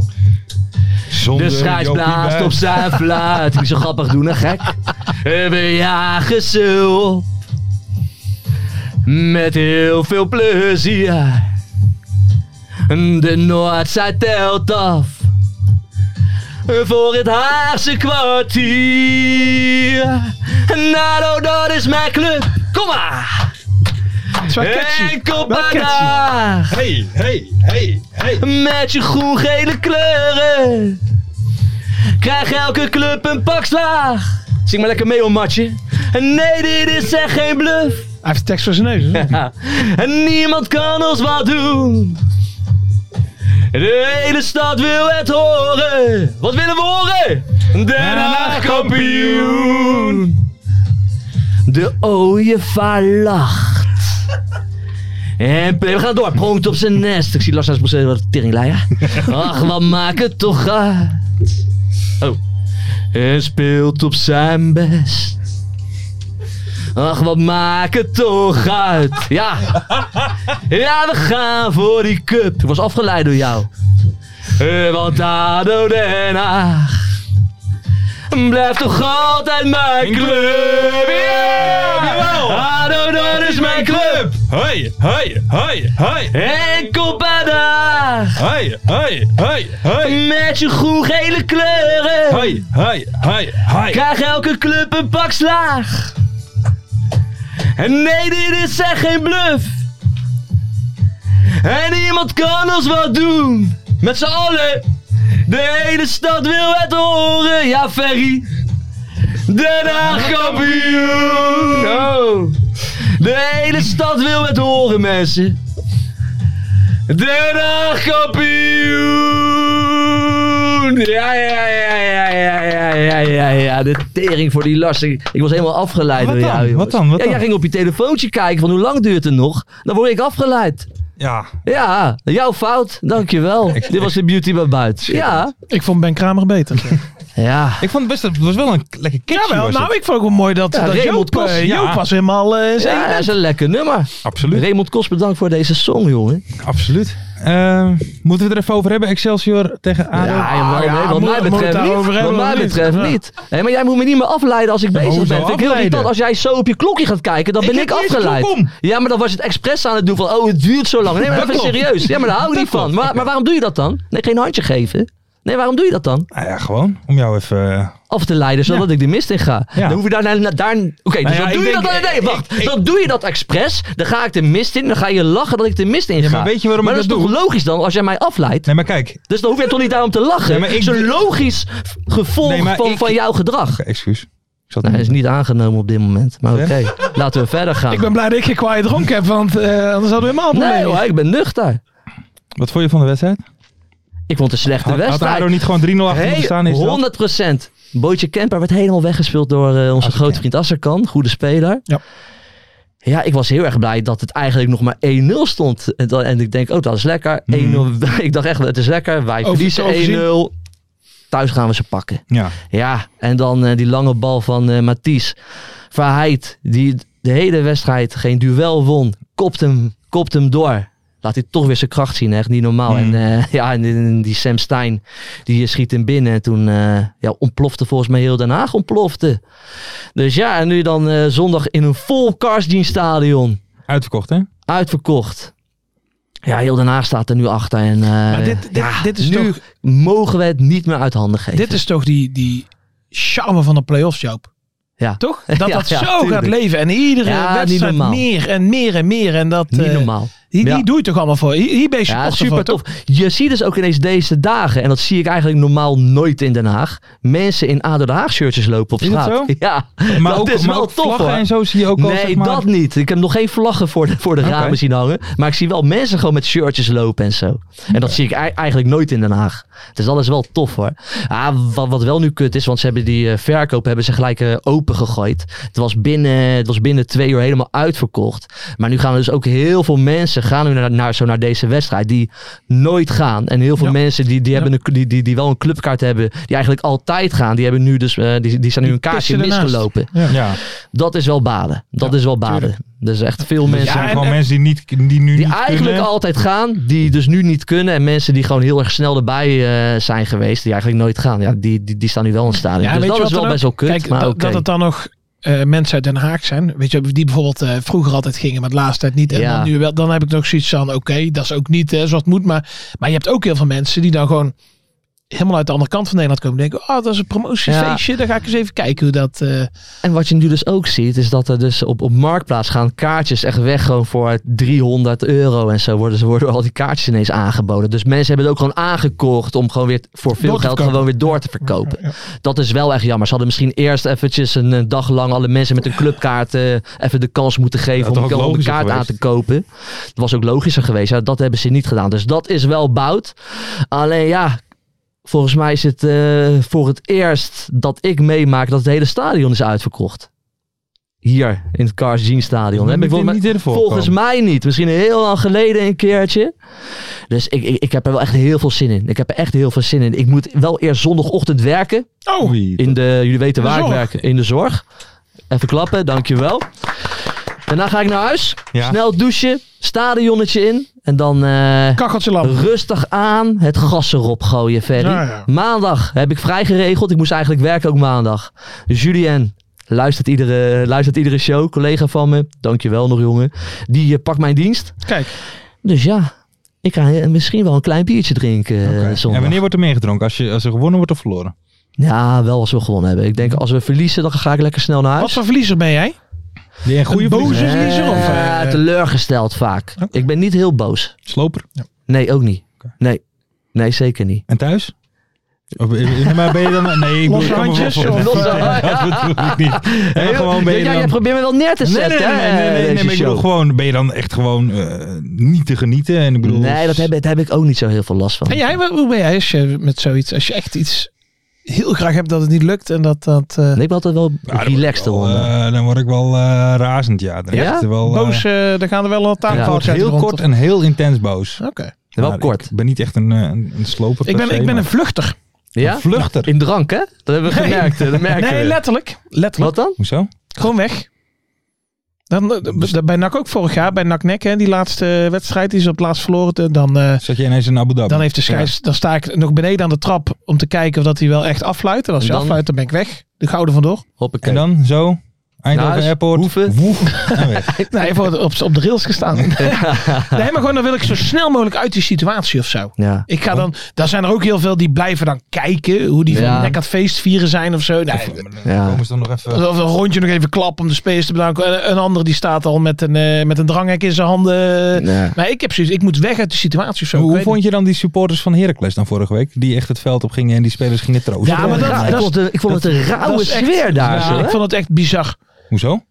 S3: Zonder
S4: De scheids
S3: Jopie
S4: blaast
S3: Buijs.
S4: op zijn fluit. Niet zo grappig doen, hè, gek. Eh, We jagen ze op. Met heel veel plezier. De Noordzij telt af. Voor het Haagse kwartier. Nou, dat is mijn club. Kom maar.
S5: Het is wel catchy.
S4: En kom
S5: Wel
S4: maar
S5: catchy.
S4: daar.
S3: Hey, hey, hey, hey.
S4: Met je groen-gele kleuren. Krijg elke club een pak slaag. Zing maar lekker mee, om matje. Nee, dit is echt geen bluff.
S5: Hij heeft de tekst voor zijn neus. hè?
S4: Ja. [LAUGHS] En niemand kan ons wat doen. De hele stad wil het horen. Wat willen we horen? Den Haag kampioen. De ooievaar lacht. En Pe- we gaan door. Pronkt op zijn nest. Ik zie Lars naast me wat teringleier. Ach, wat maakt het toch uit. Oh. En speelt op zijn best. Ach, wat maakt het toch uit? Ja. Ja, we gaan voor die cup. Ik was afgeleid door jou. Eh, Want ADO Den Haag blijft toch altijd mijn club. Yeah! ADO dat is mijn club.
S3: Hoi, hoi, hoi, hoi.
S4: En kom bij dag.
S3: Hoi, hoi, hoi, hoi.
S4: Met je groen gele kleuren.
S3: Hoi, hoi, hoi, hoi.
S4: Krijg elke club een pak slaag. En nee, dit is echt geen bluff. En iemand kan ons wat doen. Met z'n allen. De hele stad wil het horen. Ja, Ferry. Den Haag kampioen. Oh. De hele stad wil het horen, mensen. Den Haag kampioen! Ja, ja, ja, ja, ja, ja, ja, ja, ja. De tering voor die last. Ik, ik was helemaal afgeleid
S3: Wat
S4: door
S3: dan?
S4: jou, jongens.
S3: Wat dan? Wat
S4: Ja, jij
S3: dan?
S4: ging op je telefoontje kijken van hoe lang duurt het nog. Dan word ik afgeleid.
S3: Ja,
S4: Ja, jouw fout.
S3: [LAUGHS]
S4: Dankjewel. Dit was de beauty bij buiten. Ja.
S5: Ik vond Ben Kramer
S3: [LAUGHS]
S5: beter.
S4: Ja.
S3: ik vond het best, het was wel een lekker kitje.
S5: Jawel,
S3: was
S5: nou
S3: het.
S5: ik vond het wel mooi dat,
S4: Ja,
S5: dat
S4: Raymond
S5: Joop,
S4: Kos,
S5: eh,
S3: ja.
S5: Joop was helemaal eh, zijn
S4: Ja, dat is een lekker nummer.
S3: Absoluut,
S4: Raymond Kos, bedankt voor deze song,
S3: Oh,
S4: jongen.
S3: absoluut. Ehm, moeten we het er even over hebben? Excelsior tegen ADO?
S4: Ja, jawel,
S5: ja,
S4: nee, wat
S5: moet-
S4: mij
S5: moet het
S4: betreft niet.
S5: daarover
S4: Wat
S5: hebben
S4: mij
S5: of niet?
S4: betreft
S5: Ja.
S4: niet. Nee, maar jij moet me niet meer afleiden als ik bezig
S3: hoezo
S4: ben. Vind ik heel
S3: afleiden?
S4: irritant. Als jij zo op je klokje gaat kijken, dan
S3: Ik
S4: ben ik
S3: heb niet eens
S4: afgeleid.
S3: klok om.
S4: Ja, maar dan was je het expres aan het doen van, oh, het duurt zo lang. Nee, maar
S3: Dat
S4: even
S3: klopt.
S4: serieus. Ja, maar daar hou ik
S3: Dat
S4: niet van.
S3: klopt,
S4: Maar, maar waarom doe je dat dan? Nee, geen handje geven. Nee, waarom doe je dat dan?
S3: Nou ja, gewoon om jou even... eh,
S4: Af te leiden, zodat ik de mist in ga.
S3: Ja. Nou
S4: Dan hoef je daar... naar- naar- daar Oké, dus
S3: ja,
S4: dan
S3: ik
S4: doe je dat
S3: denk-
S4: dan... Nee,
S3: ik-
S4: wacht.
S3: ik-
S4: dan doe je dat expres. Dan ga ik de mist in. Dan ga je lachen dat ik de mist in ga.
S3: maar weet je waarom
S4: maar
S3: ik
S4: dat
S3: dat
S4: is toch logisch dan, als jij mij afleidt?
S3: Nee, maar kijk,
S4: Dus dan hoef je toch niet daarom te lachen.
S3: Nee,
S4: maar
S3: maar ik-
S4: is een logisch gevolg
S3: Nee, maar
S4: van,
S3: ik-
S4: van jouw gedrag.
S3: Oké, excuus. Ik zat
S4: Nee, hij
S3: niet-
S4: is niet aangenomen op dit moment. Maar oké, laten we verder gaan.
S5: Ik ben blij dat ik geen kwaai dronken heb, want eh, anders hadden we helemaal
S4: nee
S5: problemen.
S4: hoor, ik ben nuchter.
S3: Wat vond je van de wedstrijd?
S4: Ik vond het een slechte
S3: Had, had
S4: wedstrijd.
S3: Aro niet gewoon 3-0 achter moeten staan?
S4: Hey,
S3: Is dat?
S4: 100 Bootje Kemper werd helemaal weggespeeld door eh, onze grote vriend Asserkan. Goede speler.
S5: Ja.
S4: Ja, ik was heel erg blij dat het eigenlijk nog maar 1-0 stond. En, dan, en ik denk, oh, dat is lekker.
S3: Hmm.
S4: 1-0. [LAUGHS] Ik dacht echt, het is lekker. Wij
S5: Over-
S4: verliezen 1-0. Thuis gaan we ze pakken.
S3: Ja.
S4: Ja, en dan eh, die lange bal van eh Mathies. Verheid, die de hele wedstrijd geen duel won, kopt hem, kopt hem door. Laat hij toch weer zijn kracht zien, echt niet normaal.
S5: Hmm.
S4: En, eh, ja, en, en die Sam Stein, die eh, schiet hem binnen. En toen eh, ja, ontplofte volgens mij heel Den Haag, ontplofte. Dus ja, en nu dan eh, zondag in een vol Karsdien stadion,
S3: Uitverkocht, hè?
S4: uitverkocht. Ja, heel Den Haag staat er nu achter. En, eh,
S5: Maar dit, dit,
S4: ja,
S5: dit, is
S4: nu
S5: toch,
S4: mogen we het niet meer uit handen geven.
S5: dit is toch die, die charme van de play-offs, Joop?
S4: ja.
S5: Toch? Dat
S4: [LAUGHS] Ja,
S5: dat
S4: ja,
S5: zo
S4: tuurlijk.
S5: gaat leven. En iedere
S4: Ja, niet
S5: wedstrijd
S4: normaal.
S5: meer en meer en meer. En dat,
S4: Niet
S5: eh,
S4: normaal.
S5: Hier,
S4: Ja.
S5: hier doe je toch allemaal voor. Hier, hier ben je
S4: Ja,
S5: supporter
S4: super
S5: voor, toch?
S4: tof. Je ziet dus ook ineens deze dagen, en dat zie ik eigenlijk normaal nooit in Den Haag, mensen in ADO Den Haag shirtjes lopen op
S3: Is dat
S4: straat.
S3: zo?
S4: [LAUGHS] Ja,
S3: Maar
S4: dat
S3: ook,
S4: is
S3: maar
S4: wel
S3: ook
S4: tof
S3: vlaggen
S4: hoor.
S3: en zo zie je ook al,
S4: nee,
S3: zeg maar...
S4: dat niet. Ik heb nog geen vlaggen voor de, voor de
S3: Oké.
S4: ramen zien hangen. Maar ik zie wel mensen gewoon met shirtjes lopen en zo. En dat zie ik ei- eigenlijk nooit in Den Haag. Dus dat is wel tof hoor. Ah, wat, wat wel nu kut is, want ze hebben die eh, verkoop hebben ze gelijk eh, open gegooid. Het was, binnen, het was binnen twee uur helemaal uitverkocht. Maar nu gaan er dus ook heel veel mensen gaan nu naar, naar, zo naar deze wedstrijd die nooit gaan. En heel veel
S5: Ja.
S4: mensen die, die, hebben een, die, die, die wel een clubkaart hebben, die eigenlijk altijd gaan. Die, hebben nu dus, eh, die, die zijn nu een kaartje
S5: pissen ernaast.
S4: misgelopen.
S3: Ja,
S4: Dat is wel baden. Dat is wel baden. Dus echt veel
S3: er
S4: mensen
S3: zijn
S5: en-
S3: gewoon
S5: en-
S3: mensen die, niet, die nu
S4: die
S3: niet
S4: eigenlijk
S3: kunnen.
S4: altijd gaan, die dus nu niet kunnen. En mensen die gewoon heel erg snel erbij eh, zijn geweest, die eigenlijk nooit gaan. Ja, die, die, die staan nu wel in het stadion.
S5: Ja,
S4: dus
S5: weet
S4: dat
S5: je wat
S4: is wel
S5: dan ook?
S4: best wel kut.
S5: Kijk,
S4: maar
S5: dat,
S4: oké.
S5: dat het dan nog eh, mensen uit Den Haag zijn. Weet je, die bijvoorbeeld eh, vroeger altijd gingen, maar de laatste tijd niet. En
S4: Ja.
S5: dan nu wel. Dan heb ik nog zoiets van, oké, dat is ook niet eh, zoals het moet. Maar, maar je hebt ook heel veel mensen die dan gewoon helemaal uit de andere kant van Nederland komen. Denken, oh, dat is een promotiefeestje. Dan ga ik eens even kijken hoe dat... eh,
S4: En wat je nu dus ook ziet, is dat er dus op, op Marktplaats gaan kaartjes echt weg gewoon voor 300 euro en zo. Worden, ze worden al die kaartjes ineens aangeboden. Dus mensen hebben het ook gewoon aangekocht om gewoon weer voor veel
S5: Door te
S4: geld
S5: verkopen.
S4: gewoon weer door te verkopen. Dat is wel echt jammer. Ze hadden misschien eerst eventjes een, eh, dag lang alle mensen met een clubkaart eh, even de kans moeten geven
S3: Dat
S4: om,
S3: had ook
S4: om een
S3: logischer
S4: kaart aan
S3: geweest.
S4: te kopen. Dat was ook logischer geweest. Ja, dat hebben ze niet gedaan. Dus dat is wel bout. Alleen ja, Volgens mij is het eh, voor het eerst dat ik meemaak dat het hele stadion is uitverkocht. Hier in het Cars Jean Stadion. Heb
S3: Moet je
S4: ik volgens
S3: niet
S4: mij-
S3: eerder voorkomen?
S4: volgens mij niet. Misschien heel lang geleden een keertje. Dus ik, ik, ik heb er wel echt heel veel zin in. Ik heb er echt heel veel zin in. Ik moet wel eerst zondagochtend werken.
S5: Oh,
S4: In de, jullie weten
S5: De
S4: waar ik
S5: zorg.
S4: werk. In de zorg. Even klappen, dankjewel. Daarna ga ik naar huis.
S3: Ja.
S4: Snel douchen, stadionnetje in. Eh, En dan eh,
S5: Kacheltje lamp.
S4: rustig aan het gas erop gooien, Ferry.
S5: Ja, ja.
S4: Maandag heb ik vrij geregeld. Ik moest eigenlijk werken ook maandag. Julien luistert iedere, luistert iedere show. Collega van me. Dankjewel nog, jongen. Die eh, pakt mijn dienst.
S5: Kijk,
S4: Dus ja, ik ga eh, misschien wel een klein biertje drinken eh,
S3: Oké. En
S4: zondag.
S3: wanneer wordt er meer gedronken? Als, je, als er gewonnen wordt of verloren?
S4: Ja, wel als we gewonnen hebben. Ik denk, als we verliezen, dan ga ik lekker snel naar
S5: wat
S4: huis.
S5: voor verliezer ben jij?
S3: Die een goede
S5: Een boze
S3: verliezer.
S5: verliezer of...
S4: Eh,
S5: eh,
S4: teleurgesteld vaak.
S5: Oké.
S4: Ik ben niet heel boos.
S3: Sloper.
S4: Nee, ook niet. Nee. Nee, zeker niet.
S3: En thuis? Of, eh, maar ben je dan... Nee, ik bedoel- ik
S5: Losse
S3: kan me [LAUGHS]
S5: handjes
S3: voorstellen.
S4: of- [LAUGHS] Losse-
S3: Nee, dat bedoel ik niet. En gewoon ben je
S4: ja,
S3: dan...
S4: jij probeert me wel neer te
S3: Nee,
S4: zetten.
S3: nee, nee, nee,
S4: hè,
S3: nee, nee,
S4: deze
S3: maar ik
S4: show.
S3: bedoel gewoon, ben je dan echt gewoon eh, niet te genieten? En ik bedoel, dus-
S4: Nee, dat heb, daar heb ik ook niet zo heel veel last van.
S5: En jij, hoe ben jij als je met zoiets, als je echt iets heel graag hebt dat het niet lukt en dat dat eh,
S4: Nee, ik ben altijd wel
S3: Ja, dan
S4: relaxed
S3: word ik wel,
S4: eronder.
S3: eh, dan word ik wel eh, razend, ja. Dan
S4: Ja?
S3: echt Wel, eh,
S5: boos, eh daar gaan er wel een
S4: Ja,
S5: tafelkort
S3: wordt heel kort en heel intens boos.
S5: Oké.
S4: Wel
S3: Maar
S4: kort.
S3: Ik ben niet echt een, eh, een, een sloper. per
S5: Ik ben,
S3: se,
S5: ik ben
S3: maar-
S5: een vluchter.
S4: Ja?
S3: een vluchter.
S4: In drank, hè? Dat hebben we gemerkt. hè, Dat merken
S5: Nee,
S4: we.
S5: letterlijk. Letterlijk.
S4: Wat dan?
S3: Hoezo?
S5: Gewoon weg. Dan, eh, b- bij NAC ook vorig jaar, bij NAC Nek, hè, die laatste eh, wedstrijd die ze op het laatst verloren, dan, eh,
S3: Zat je ineens in Abu Dhabi?
S5: dan heeft de scheids, dan sta ik nog beneden aan de trap om te kijken of dat hij wel echt afluit. En als
S4: En
S5: hij
S4: dan?
S5: afluit, dan ben ik weg. De gouden vandoor.
S3: Ja. En dan zo, Eindhoven
S4: Naar huis,
S3: Airport.
S4: hoeven.
S5: [LAUGHS]
S3: Woef, Nou, en weg.
S5: Nee, even op, op de rails
S4: [LAUGHS]
S5: gestaan. Nee, maar gewoon dan wil ik zo snel mogelijk uit die situatie of zo.
S4: Ja.
S5: Ik ga dan, daar zijn er ook heel veel die blijven dan kijken hoe die
S4: Ja.
S5: van nek aan het feest vieren zijn of zo. Nee,
S4: Ja.
S3: Komen ze dan nog even...
S5: of een rondje nog even klap om de space te bedanken. En een ander die staat al met een, eh, met een dranghek in zijn handen.
S4: Ja.
S5: Maar ik heb zoiets, ik moet weg uit de situatie of zo.
S3: Hoe,
S5: Ik
S3: hoe
S5: weet
S3: vond
S5: niet.
S3: je dan die supporters van Heracles dan vorige week? Die echt het veld op gingen en die spelers gingen troosten.
S5: Ja, maar dat-
S4: Ja, ik,
S5: dat-
S4: vond het, ik vond het een rauwe
S5: dat is echt-
S4: sfeer daar.
S5: Ja,
S4: zo, hè?
S5: ik vond het echt bizar.
S3: Hoezo?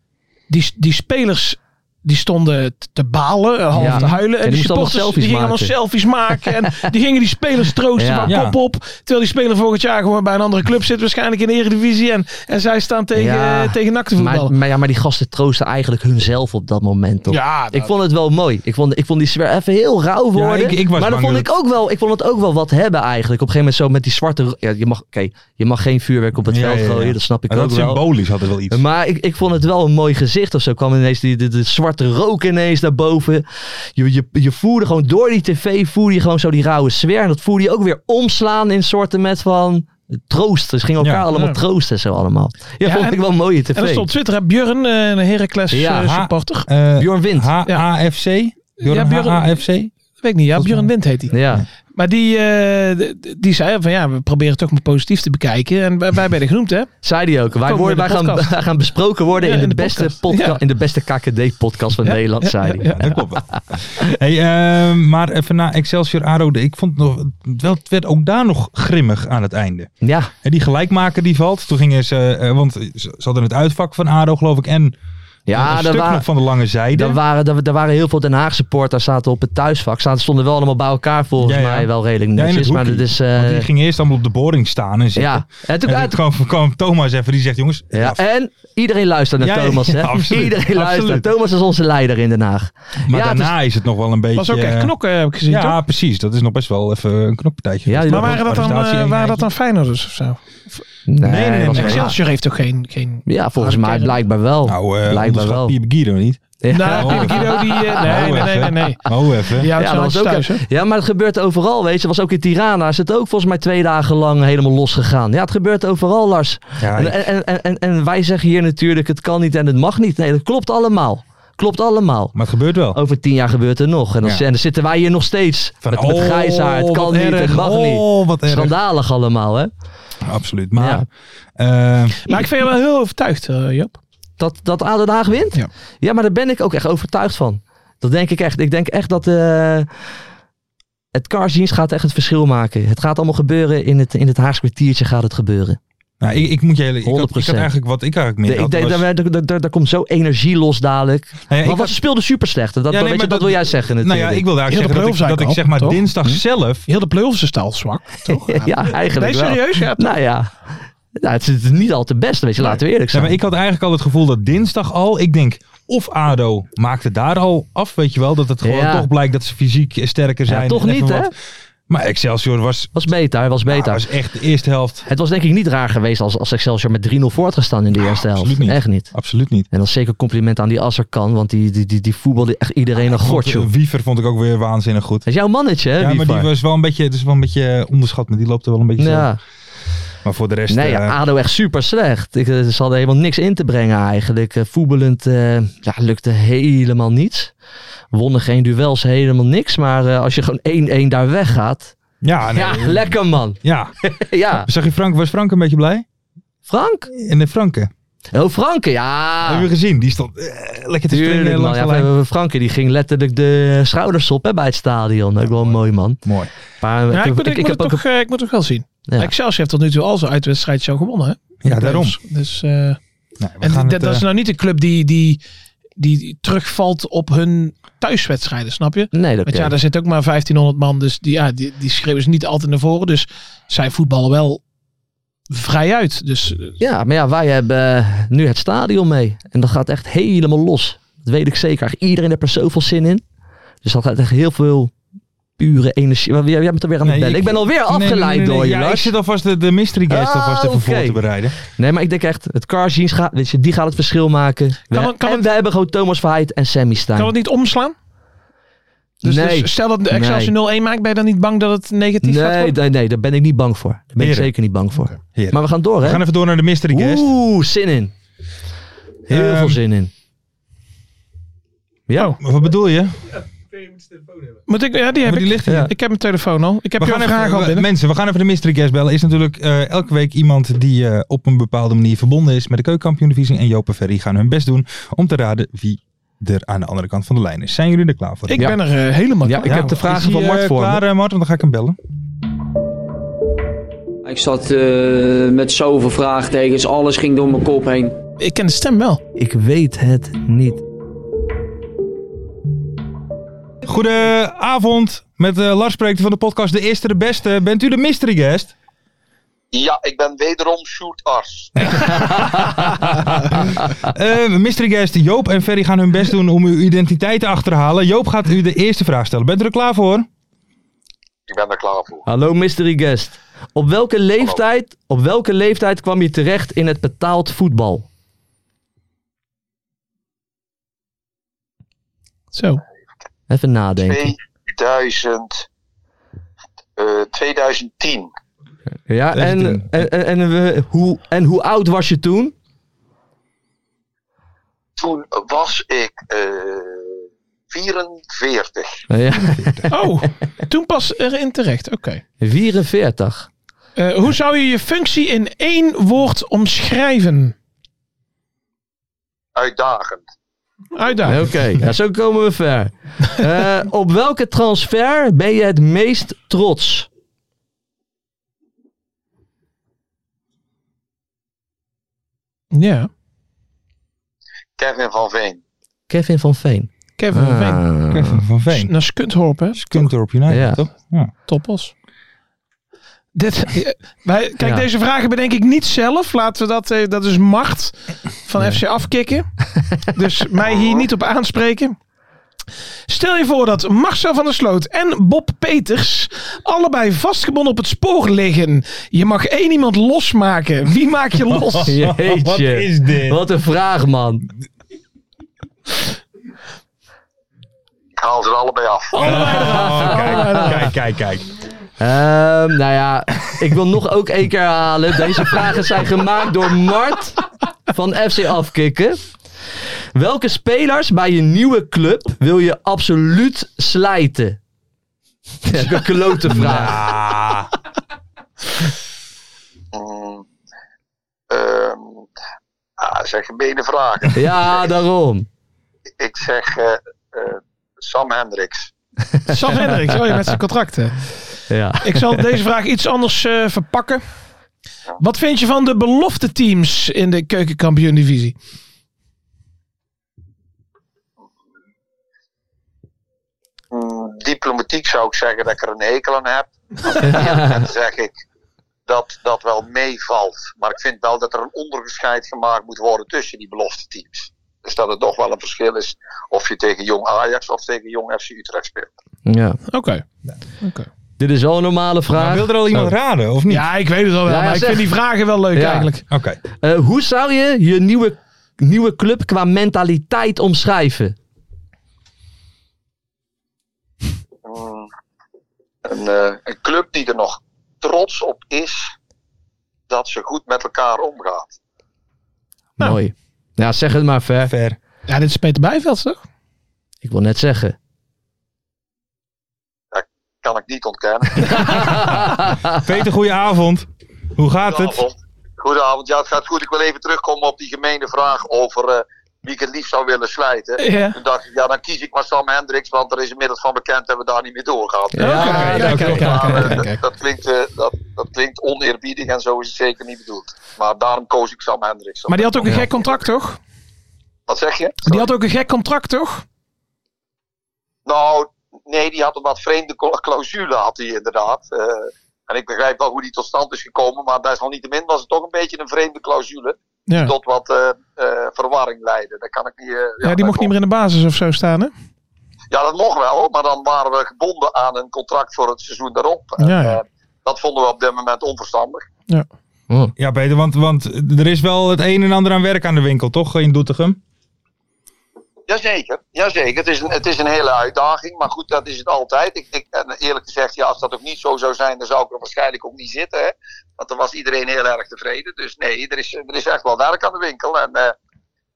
S5: Die, die spelers die stonden t- te balen, eh, half
S4: Ja.
S5: te huilen. En,
S4: En die
S5: die
S4: moesten allemaal
S5: supporters die gingen allemaal
S4: selfies
S5: selfies maken.
S4: [LAUGHS]
S5: En die gingen die spelers troosten
S4: Ja.
S5: van
S3: Ja.
S5: kop op. Terwijl die speler volgend jaar gewoon bij een andere club zit. Waarschijnlijk in de Eredivisie. En, en zij staan tegen,
S4: Ja.
S5: eh, tegen NAC te voetballen.
S4: maar, maar, ja, maar die gasten troosten eigenlijk hunzelf op dat moment, toch?
S5: ja, dat-
S4: Ik vond het wel mooi. Ik vond, ik vond die sfeer even heel rauw worden.
S3: ik- ik was
S4: maar dan
S3: bang
S4: vond
S3: dat
S4: ik ook wel, ik vond het ook wel wat hebben eigenlijk. Op een gegeven moment zo met die zwarte. Ja, je, mag, oké, je mag geen vuurwerk op het
S3: Ja,
S4: veld
S3: ja, ja.
S4: gooien, dat snap ik
S3: Maar
S4: ook
S3: dat
S4: wel.
S3: symbolisch had het wel iets.
S4: Maar ik, ik vond het wel een mooi gezicht of zo. kwam ineens die, de, de zwarte rook ineens naar boven. Je, je, je voerde gewoon door die tv, voerde je gewoon zo die rauwe sfeer. En dat voerde je ook weer omslaan in soorten met van troost. Dus gingen elkaar
S3: Ja,
S4: allemaal
S5: ja.
S4: troosten zo allemaal. Ja,
S5: Ja,
S4: vond
S5: en-
S4: ik wel een mooie tv.
S5: En dan stond op Twitter, hè, Björn, eh, een Heracles
S4: Ja.
S5: eh, supporter.
S3: Eh,
S4: Bjorn Wind.
S3: HAFC?
S5: Ja,
S3: Bjorn
S5: Bjorn-
S3: HAFC?
S5: Dat weet ik niet, ja,
S3: Volgens
S5: Björn Wind heet hij.
S4: ja.
S5: Maar die, eh, d- d- die zei van ja, we proberen toch maar positief te bekijken. En wij wij werden genoemd hè.
S4: Zei die ook. Wij,
S5: Komen
S4: worden,
S5: we
S4: wij,
S5: in de
S4: gaan,
S5: podcast?
S4: [LAUGHS] wij gaan besproken worden
S5: Ja,
S4: in, de
S5: in de
S4: beste
S5: podcast.
S4: podcast,
S5: Ja.
S4: in de beste KKD-podcast van Nederland, zei hij.
S3: Dat klopt wel. [LAUGHS] Hey, eh, maar even na Excelsior Arode. Ik vond het nog, wel, het werd ook daar nog grimmig aan het einde.
S4: Ja,
S3: Hè, die gelijkmaker die valt. Toen gingen ze, eh, want ze ze hadden het uitvak van Ado geloof ik. En een
S4: ja
S3: stuk
S4: er, wa
S3: nog van de lange zijde.
S4: er, waren, er, er waren heel veel Den Haag supporters zaten op het thuisvak. Ze stonden wel allemaal bij elkaar volgens
S3: Ja, ja.
S4: mij wel redelijk
S3: Ja, in het
S4: netjes. maar
S3: hoekje.
S4: dat is...
S3: Want
S4: eh,
S3: die gingen eerst allemaal op de boring staan en zitten.
S4: ja. En toen,
S3: En toen
S4: uit-
S3: kwam, kwam Thomas even, die zegt jongens,
S4: ja,
S3: af.
S4: en iedereen luistert naar
S3: Ja, ja,
S4: Thomas. Hè?
S3: ja, absoluut,
S4: iedereen luistert.
S3: absoluut.
S4: Thomas is onze leider in Den Haag.
S3: maar
S4: ja, het
S3: daarna is, het nog wel een beetje...
S5: Was ook echt
S3: eh,
S5: knokken heb ik gezien
S3: Ja,
S5: toch?
S3: precies. Dat is nog best wel even een knokpartijtje.
S4: Ja, die-
S5: Maar waren dat dan, eh,
S3: Arrestatie,
S5: waren dat
S3: een-
S5: dan Feyenoorders of zo?
S4: Nee,
S3: nee, nee,
S4: was
S3: nee.
S4: geen-
S5: Excelsior heeft toch geen... geen...
S4: Ja, volgens
S5: Harde
S4: mij
S5: kern.
S4: blijkbaal wel.
S3: Nou, eh
S4: blijkbaar
S3: onderschat
S4: wel.
S3: Pierre Guido niet.
S4: Ja.
S5: Nou,
S3: Oh.
S5: Guido die... eh, nee,
S3: Oh,
S5: nee, nee,
S3: even.
S5: nee, nee.
S3: Oh, even.
S5: Die
S4: [LAUGHS]
S5: houdt
S4: Ja, dat
S5: zijn handjes
S4: was ook,
S5: thuis hè.
S4: ja, maar het gebeurt overal, weet je. Was ook in Tirana. Is het ook volgens mij twee dagen lang helemaal losgegaan. Ja, het gebeurt overal, Lars.
S3: Ja,
S4: En, en, en, en, en wij zeggen hier natuurlijk, het kan niet en het mag niet. Nee, dat klopt allemaal. Klopt allemaal.
S3: Maar het gebeurt wel.
S4: Over tien jaar gebeurt er nog. En dan,
S3: Ja.
S4: en dan zitten wij hier nog steeds.
S3: Van,
S4: met, met
S3: oh,
S4: grijs haar. Het
S3: wat
S4: kan niet,
S3: erg.
S4: het mag niet.
S3: Oh, wat erg.
S4: Schandalig allemaal, hè?
S3: Absoluut. Maar,
S4: Ja.
S3: eh,
S5: Maar ik vind je wel heel overtuigd, eh, Job.
S4: Dat, dat ADO Den Haag wint?
S5: Ja.
S4: maar daar ben ik ook echt overtuigd van. Dat denk ik echt. Ik denk echt dat eh, het Carsdienst gaat echt het verschil maken. Het gaat allemaal gebeuren. In het, in het Haagse kwartiertje gaat het gebeuren.
S3: nou, ik, ik moet je hele... Ik had, ik had
S4: 100%.
S3: eigenlijk wat ik eigenlijk meer
S4: De- ik
S3: had,
S4: denk,
S3: was-
S4: daar, daar, daar, daar komt zo energie los dadelijk.
S3: Nou ja,
S4: maar
S3: ik
S4: wat
S3: had-
S4: speelde super slecht. Dat, dat-
S3: nee,
S4: weet je,
S3: maar
S4: dat,
S3: dat-
S4: wil jij zeggen
S3: nou
S4: natuurlijk.
S3: ja, ik wil daar
S5: Heel de
S3: zeggen dat ik,
S5: play-offs
S3: dat ik
S5: eigenlijk
S3: zeg maar
S5: al, toch?
S3: dinsdag zelf...
S5: Heel de play-offs is al zwak, toch?
S4: [LAUGHS] ja,
S5: Nee,
S4: eigenlijk wel.
S5: serieus? Ja, toch?
S4: Nou ja, nou, het is niet al te best. Weet je, laten we eerlijk
S3: Ja,
S4: zijn.
S3: maar ik had eigenlijk al het gevoel dat dinsdag al... Ik denk, of ADO maakt het daar al af, weet je wel. Dat het gewoon
S4: Ja.
S3: toch blijkt dat ze fysiek sterker
S4: Ja,
S3: zijn.
S4: toch
S3: en even
S4: niet, hè?
S3: wat. Maar Excelsior was,
S4: Was beter, was beter.
S3: was echt de eerste helft.
S4: Het was denk ik niet raar geweest als, als Excelsior met 3-0 voor had gestaan in de eerste helft.
S3: Ah, absoluut niet.
S4: Echt niet.
S3: Absoluut niet.
S4: En dan zeker compliment aan die Asserkan, want die, die, die, die voetbalde echt iedereen een gort, joh.
S3: Want, eh, Wiever vond ik ook weer waanzinnig goed.
S4: Dat is jouw mannetje, hè,
S3: ja, maar die
S4: Wiever?
S3: was wel een beetje, het is wel een beetje eh, onderschat, maar die loopt er wel een beetje. zo.
S4: Ja.
S3: Maar voor de rest.
S4: Nee,
S3: eh,
S4: ja, ADO echt super slecht. Ik, eh, ze hadden helemaal niks in te brengen eigenlijk. Eh, Voetballend eh, ja, lukte helemaal niets. Wonnen geen duels, helemaal niks. Maar eh, als je gewoon 1-1 daar weggaat.
S3: ja, Ah, nee,
S4: Ja, lekker man. [LAUGHS]
S3: ja.
S4: ja,
S3: Zag je Frank, was Frank een beetje blij?
S4: Frank.
S3: En de Franke.
S4: Oh, Franke,
S3: Hebben
S4: ja.
S3: we gezien? Die stond eh, lekker te
S4: Tuurlijk,
S3: springen
S4: man.
S3: langs
S4: Ja,
S3: de lijn.
S4: Fra- Franke die ging letterlijk de schouders op hè, bij het stadion. Ook wel mooi, man.
S3: Mooi.
S4: Maar
S5: Ja,
S4: ik,
S5: Nou, ik, moet-
S4: ik- ik
S5: ik, moet
S4: heb
S5: het
S4: ook...
S5: toch, eh, ik moet het toch wel zien.
S4: Ja.
S5: Excelsior heeft tot nu toe al zijn uitwedstrijd zo gewonnen. Hè?
S3: Ja, daarom.
S5: Dus, eh,
S3: Nee, we
S5: en
S3: gaan
S5: dat,
S3: het,
S5: dat is
S3: eh,
S5: nou niet een club die, die, die terugvalt op hun thuiswedstrijden, snap je?
S4: Nee, dat
S5: Want ja, daar zit ook maar 1500 man, dus die, ja, die, die schreeuwen ze niet altijd naar voren. Dus zij voetballen wel vrij uit. Dus eh,
S4: Ja, maar ja, wij hebben eh, nu het stadion mee. En dat gaat echt helemaal los. Dat weet ik zeker. Iedereen heeft er zoveel zin in. Dus dat gaat echt heel veel pure energie. Maar jij, jij bent er weer aan het
S3: Nee,
S4: bellen. Ik,
S3: ik-
S4: ben alweer afgeleid
S3: eh, Nee, nee, nee, nee.
S4: door je,
S3: Ja, ik
S4: Lars.
S3: zit alvast de, de mystery guest
S4: Ah,
S3: alvast even voor
S4: oké.
S3: te bereiden.
S4: Nee, maar ik denk echt, het car jeans gaat, weet je, die gaat het verschil maken.
S5: Kan
S4: we,
S5: het- kan
S4: en
S5: het-
S4: we hebben gewoon Thomas Verheid en Sammy Stein.
S5: kan het niet omslaan? Dus,
S4: nee,
S5: dus stel dat de Excelsior 0-1 maakt, ben je dan niet bang dat het negatief gaat
S4: nee,
S5: worden?
S4: nee, nee, daar ben ik niet bang voor. Daar ben ik
S3: Heren.
S4: zeker niet bang voor.
S3: Heren.
S4: Maar we gaan door,
S3: We
S4: hè?
S3: gaan even door naar de mystery guest.
S4: Oeh, zin in. Heel
S3: Ehm,
S4: veel zin in. Ja.
S3: Maar Wat bedoel je?
S5: Oh, Moet ik, ja, die heb
S3: Maar die
S5: ik.
S3: ligt hier.
S4: Ja.
S5: Ik heb mijn telefoon al. Ik heb
S3: We
S5: jouw
S3: gaan
S5: vraag
S3: even,
S5: al
S3: we-
S5: binnen.
S3: mensen, we gaan even de mystery guest bellen. Is natuurlijk eh, elke week iemand die eh, op een bepaalde manier verbonden is met de keukenkampioenvisie. En Joop en Ferry gaan hun best doen om te raden wie er aan de andere kant van de lijn is. Zijn jullie er klaar voor?
S5: Ik
S4: Ja.
S5: ben er eh, helemaal
S4: Ja,
S5: klaar
S4: ik
S5: voor.
S4: heb de vragen
S3: Is hij,
S4: van Mart
S3: eh,
S4: voor me.
S3: klaar, eh, Mart? Want dan ga ik hem bellen.
S8: Ik zat eh, met zoveel vraagtekens, alles ging door mijn kop heen.
S5: Ik ken de stem wel.
S4: Ik weet het niet.
S3: Goedenavond, met eh, Lars spreekt van de podcast De Eerste de Beste. Bent u de mystery guest?
S6: Ja, ik ben wederom Sjoerd Ars.
S3: Eh, mystery guest Joop en Ferry gaan hun best doen om uw identiteit te achterhalen. Joop gaat u de eerste vraag stellen. Bent u er klaar voor?
S6: Ik ben er klaar voor.
S4: Hallo mystery guest. Op welke leeftijd, op welke leeftijd kwam je terecht in het betaald voetbal?
S5: Zo.
S4: [LAUGHS] Even nadenken.
S6: 2000, eh, 2010.
S4: Ja, en,
S3: 17.
S4: en, en, en we- hoe, en hoe oud was je toen?
S6: Toen was ik eh 44.
S4: Ja, [LAUGHS]
S5: Oh, toen pas erin terecht. Oké.
S4: 44.
S5: Eh, hoe zou je je functie in één woord omschrijven?
S6: Uitdagend.
S4: Oké,
S3: Ah,
S5: Uitdaging.
S4: ja, zo komen we
S3: [LAUGHS]
S4: ver. Eh, op welke transfer ben je het meest trots?
S5: Ja.
S6: Kevin van Veen.
S4: Kevin van Veen.
S5: Kevin van Veen.
S4: Ah.
S3: Kevin van
S5: S-
S3: Veen.
S5: Naar Skunthorp, hè?
S3: Kuntorp United,
S4: Ja.
S3: toch? Ja.
S5: Toppos. Dit, eh, wij, kijk,
S4: [LAUGHS] Ja.
S5: deze vragen bedenk ik niet zelf. Laten we dat, eh, dat is macht van FC afkicken.
S4: [LAUGHS]
S5: dus mij hier niet op aanspreken. Stel je voor dat Marcel van der Sloot en Bob Peters allebei vastgebonden op het spoor liggen. Je mag één iemand losmaken. Wie maak je
S4: [LAUGHS]
S3: [LAUGHS]
S5: los?
S4: Jeetje.
S3: [LAUGHS] Wat is dit?
S4: Wat een vraag, man.
S6: Ik haal ze er allebei af.
S3: Oh, kijk, kijk, kijk, kijk.
S4: Ehm, nou ja, ik wil nog ook één keer halen. Deze vragen zijn gemaakt door Mart van FC Afkikken. Welke spelers bij je nieuwe club wil je absoluut slijten? Dat is een klote vraag.
S3: Ah,
S6: Mm, ehm, ah, zeg gemene
S4: [LAUGHS]
S6: vragen.
S4: Ja, daarom.
S6: ik zeg eh, eh, Sam Hendricks.
S5: Sam Hendricks, oh ja, met zijn contracten.
S4: Ja.
S5: Ik zal deze vraag iets anders eh, verpakken. Wat vind je van de belofte teams in de keukenkampioen divisie?
S6: Mm, diplomatiek zou ik zeggen dat ik er een hekel aan heb. En zeg ik dat dat wel meevalt. Maar ik vind wel dat er een onderscheid gemaakt moet worden tussen die belofte teams. Dus dat het toch wel een verschil is of je tegen jong Ajax of tegen jong FC Utrecht speelt.
S4: ja.
S5: Oké. Oké.
S4: Dit is wel een normale
S3: Maar
S4: vraag.
S3: wil er al iemand
S4: Oh.
S3: raden, of niet?
S5: Ja, ik weet het al wel,
S4: Ja, ja,
S5: maar ik
S4: zeg.
S5: vind die vragen wel leuk
S4: Ja.
S5: eigenlijk.
S3: Oké.
S4: Eh, hoe zou je je nieuwe, nieuwe club qua mentaliteit omschrijven?
S6: Mm. Een, eh, een club die er nog trots op is dat ze goed met elkaar omgaat.
S4: Mooi. Ja, zeg het maar ver.
S3: Ver.
S5: Ja, dit is Peter Bijveld, toch?
S4: Ik wil net zeggen.
S6: Kan ik niet ontkennen.
S3: Peter, goeie avond. Hoe gaat het?
S6: Goedenavond. Goedenavond. Ja, het gaat goed. Ik wil even terugkomen op die gemene vraag over eh, wie ik het liefst zou willen slijten.
S5: Ja.
S6: Toen dacht ik, ja, dan kies ik maar Sam Hendricks, want er is inmiddels van bekend dat we daar niet meer doorgaan.
S4: Ja,
S5: Oké, oké, oké,
S6: Maar, eh,
S5: oké,
S6: dat-
S5: oké.
S6: Dat, klinkt, eh, dat, dat klinkt oneerbiedig en zo is het zeker niet bedoeld. Maar daarom koos ik Sam Hendricks.
S5: Maar die had ook een gek contract, toch?
S6: Wat zeg je?
S5: Die had ook een gek contract, toch?
S6: Nou, nee, die had een wat vreemde cla- clausule, had hij inderdaad. Eh, en ik begrijp wel hoe die tot stand is gekomen, maar desalniettemin was het toch een beetje een vreemde clausule.
S5: Ja.
S6: Tot wat eh, eh, verwarring leidde. Dat kan ik niet. eh,
S5: Ja,
S6: dat
S5: die mocht niet meer in de basis of zo staan, hè?
S6: Ja, dat mocht wel, maar dan waren we gebonden aan een contract voor het seizoen daarop. En,
S5: Ja, ja.
S6: eh, dat vonden we op dit moment onverstandig.
S3: Ja, Peter, want, want er is wel het een en ander aan werk aan de winkel, toch? In Doetinchem?
S6: Jazeker, jazeker. Het, is een, het is een hele uitdaging, maar goed, dat is het altijd. Ik, ik, en eerlijk gezegd, ja, als dat ook niet zo zou zijn, dan zou ik er waarschijnlijk ook niet zitten. Hè? Want dan was iedereen heel erg tevreden. Dus nee, er is, er is echt wel werk aan de winkel. En eh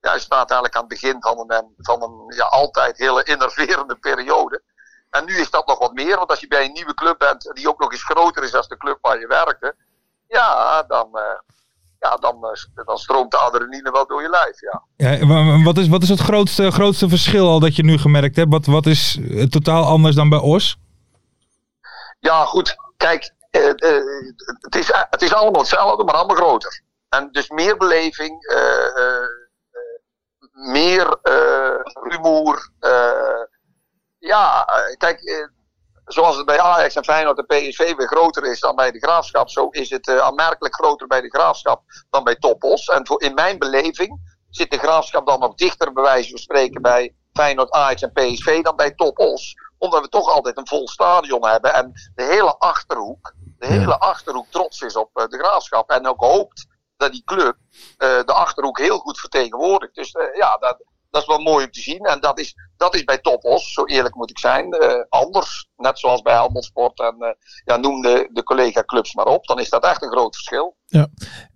S6: ja, je staat eigenlijk aan het begin van een, en- van een ja, altijd hele innoverende periode. En nu is dat nog wat meer, want als je bij een nieuwe club bent, die ook nog eens groter is dan de club waar je werkte, ja, dan, eh, ja, dan, eh, dan stroomt de adrenaline wel door je lijf. Ja.
S3: Ja, wa- wat, is, wat is het grootste, grootste verschil al dat je nu gemerkt hebt? Wat, wat is eh, totaal anders dan bij Os?
S6: Ja, goed. Kijk, eh, eh, het, is, het is allemaal hetzelfde, maar allemaal groter. En dus meer beleving, eh, eh, eh, meer eh, rumoer. eh, ja, eh, kijk, eh, zoals het bij Ajax en Feyenoord en PSV weer groter is dan bij de Graafschap, zo is het eh, aanmerkelijk groter bij de Graafschap dan bij Topos. En voor, in mijn beleving zit de Graafschap dan nog dichter bij wijze van spreken bij Feyenoord, Ajax en PSV dan bij Topos. Omdat we toch altijd een vol stadion hebben en de hele Achterhoek, de hele Achterhoek trots is op eh, de Graafschap. En ook hoopt dat die club eh, de Achterhoek heel goed vertegenwoordigt. Dus eh, ja, dat, dat is wel mooi om te zien. En dat is, dat is bij Topos, zo eerlijk moet ik zijn, eh, anders. Net zoals bij Helmond Sport en eh, ja, noem de, de collega-clubs maar op. Dan is dat echt een groot verschil.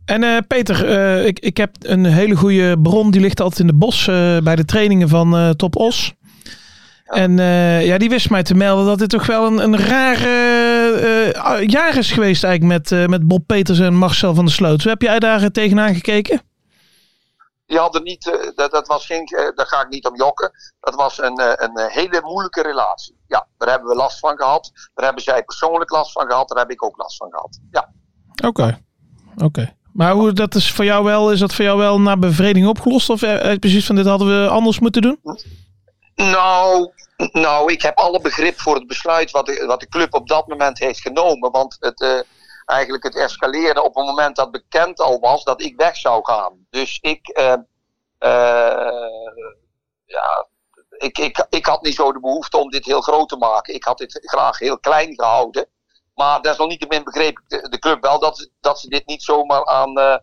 S5: En eh, Peter, eh, ik, ik heb een hele goede bron. Die ligt altijd in de bos eh, bij de trainingen van eh, Top Os. En eh, ja, die wist mij te melden dat dit toch wel een, een raar eh, eh, jaar is geweest eigenlijk met, eh, met Bob Peters en Marcel van der Sloot. Hoe heb jij daar eh, tegenaan gekeken?
S6: Die hadden niet, eh, dat, dat was geen, eh, daar ga ik niet om jokken. Dat was een, eh, een eh, hele moeilijke relatie. Ja, daar hebben we last van gehad. Daar hebben zij persoonlijk last van gehad. Daar heb ik ook last van gehad. Ja,
S5: Oké, oké. Maar hoe, dat is, voor jou wel, is dat voor jou wel naar bevrediging opgelost? Of eh, eh, precies van dit hadden we anders moeten doen?
S6: Nou, nou, ik heb alle begrip voor het besluit wat de, wat de club op dat moment heeft genomen. Want het, eh, eigenlijk het escaleerde op het moment dat bekend al was dat ik weg zou gaan. Dus ik, eh, eh, ja, ik, ik, ik had niet zo de behoefte om dit heel groot te maken. Ik had dit graag heel klein gehouden. Maar desalniettemin begreep ik de, de club wel dat, ze- dat ze dit niet zomaar aan eh,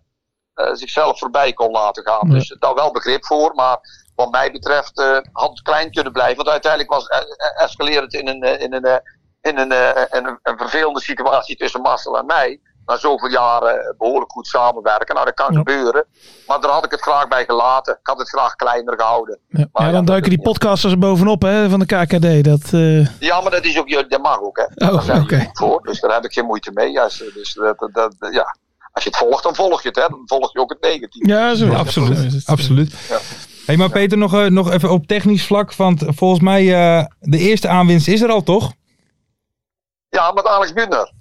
S6: eh, zichzelf voorbij kon laten gaan.
S5: Nee.
S6: Dus daar wel begrip voor. Maar wat mij betreft eh, had het klein kunnen blijven. Want uiteindelijk was, eh, eh, escaleerde het in een, eh, in een, eh, in een, eh, een, een, vervelende situatie tussen Marcel en mij. Na zoveel jaren eh, behoorlijk goed samenwerken. Nou, dat kan
S5: Ja.
S6: gebeuren. Maar daar had ik het graag bij gelaten. Ik had het graag kleiner gehouden.
S5: Ah, Ja,
S6: Maar
S5: ja,
S6: ja,
S5: dan
S6: dat
S5: duiken
S6: is-
S5: die podcasters er bovenop hè, van de KKD. Dat, eh,
S6: Ja, maar dat is ook jullie, dat mag ook, hè?
S5: Oh,
S6: Daar zijn
S5: oké.
S6: jullie voor, dus daar heb ik geen moeite mee. Ja, ze- dus dat, dat, dat- ja. Als je het volgt, dan volg je het, hè? Dan volg je ook het negatieve.
S5: ja, zo.
S3: absoluut.
S5: Zo is het.
S3: absoluut.
S6: Ja.
S3: Hey, maar Peter, nog, eh, nog even op technisch vlak. Want volgens mij, eh, de eerste aanwinst is er al, toch?
S6: Ja, met Alex Bunner.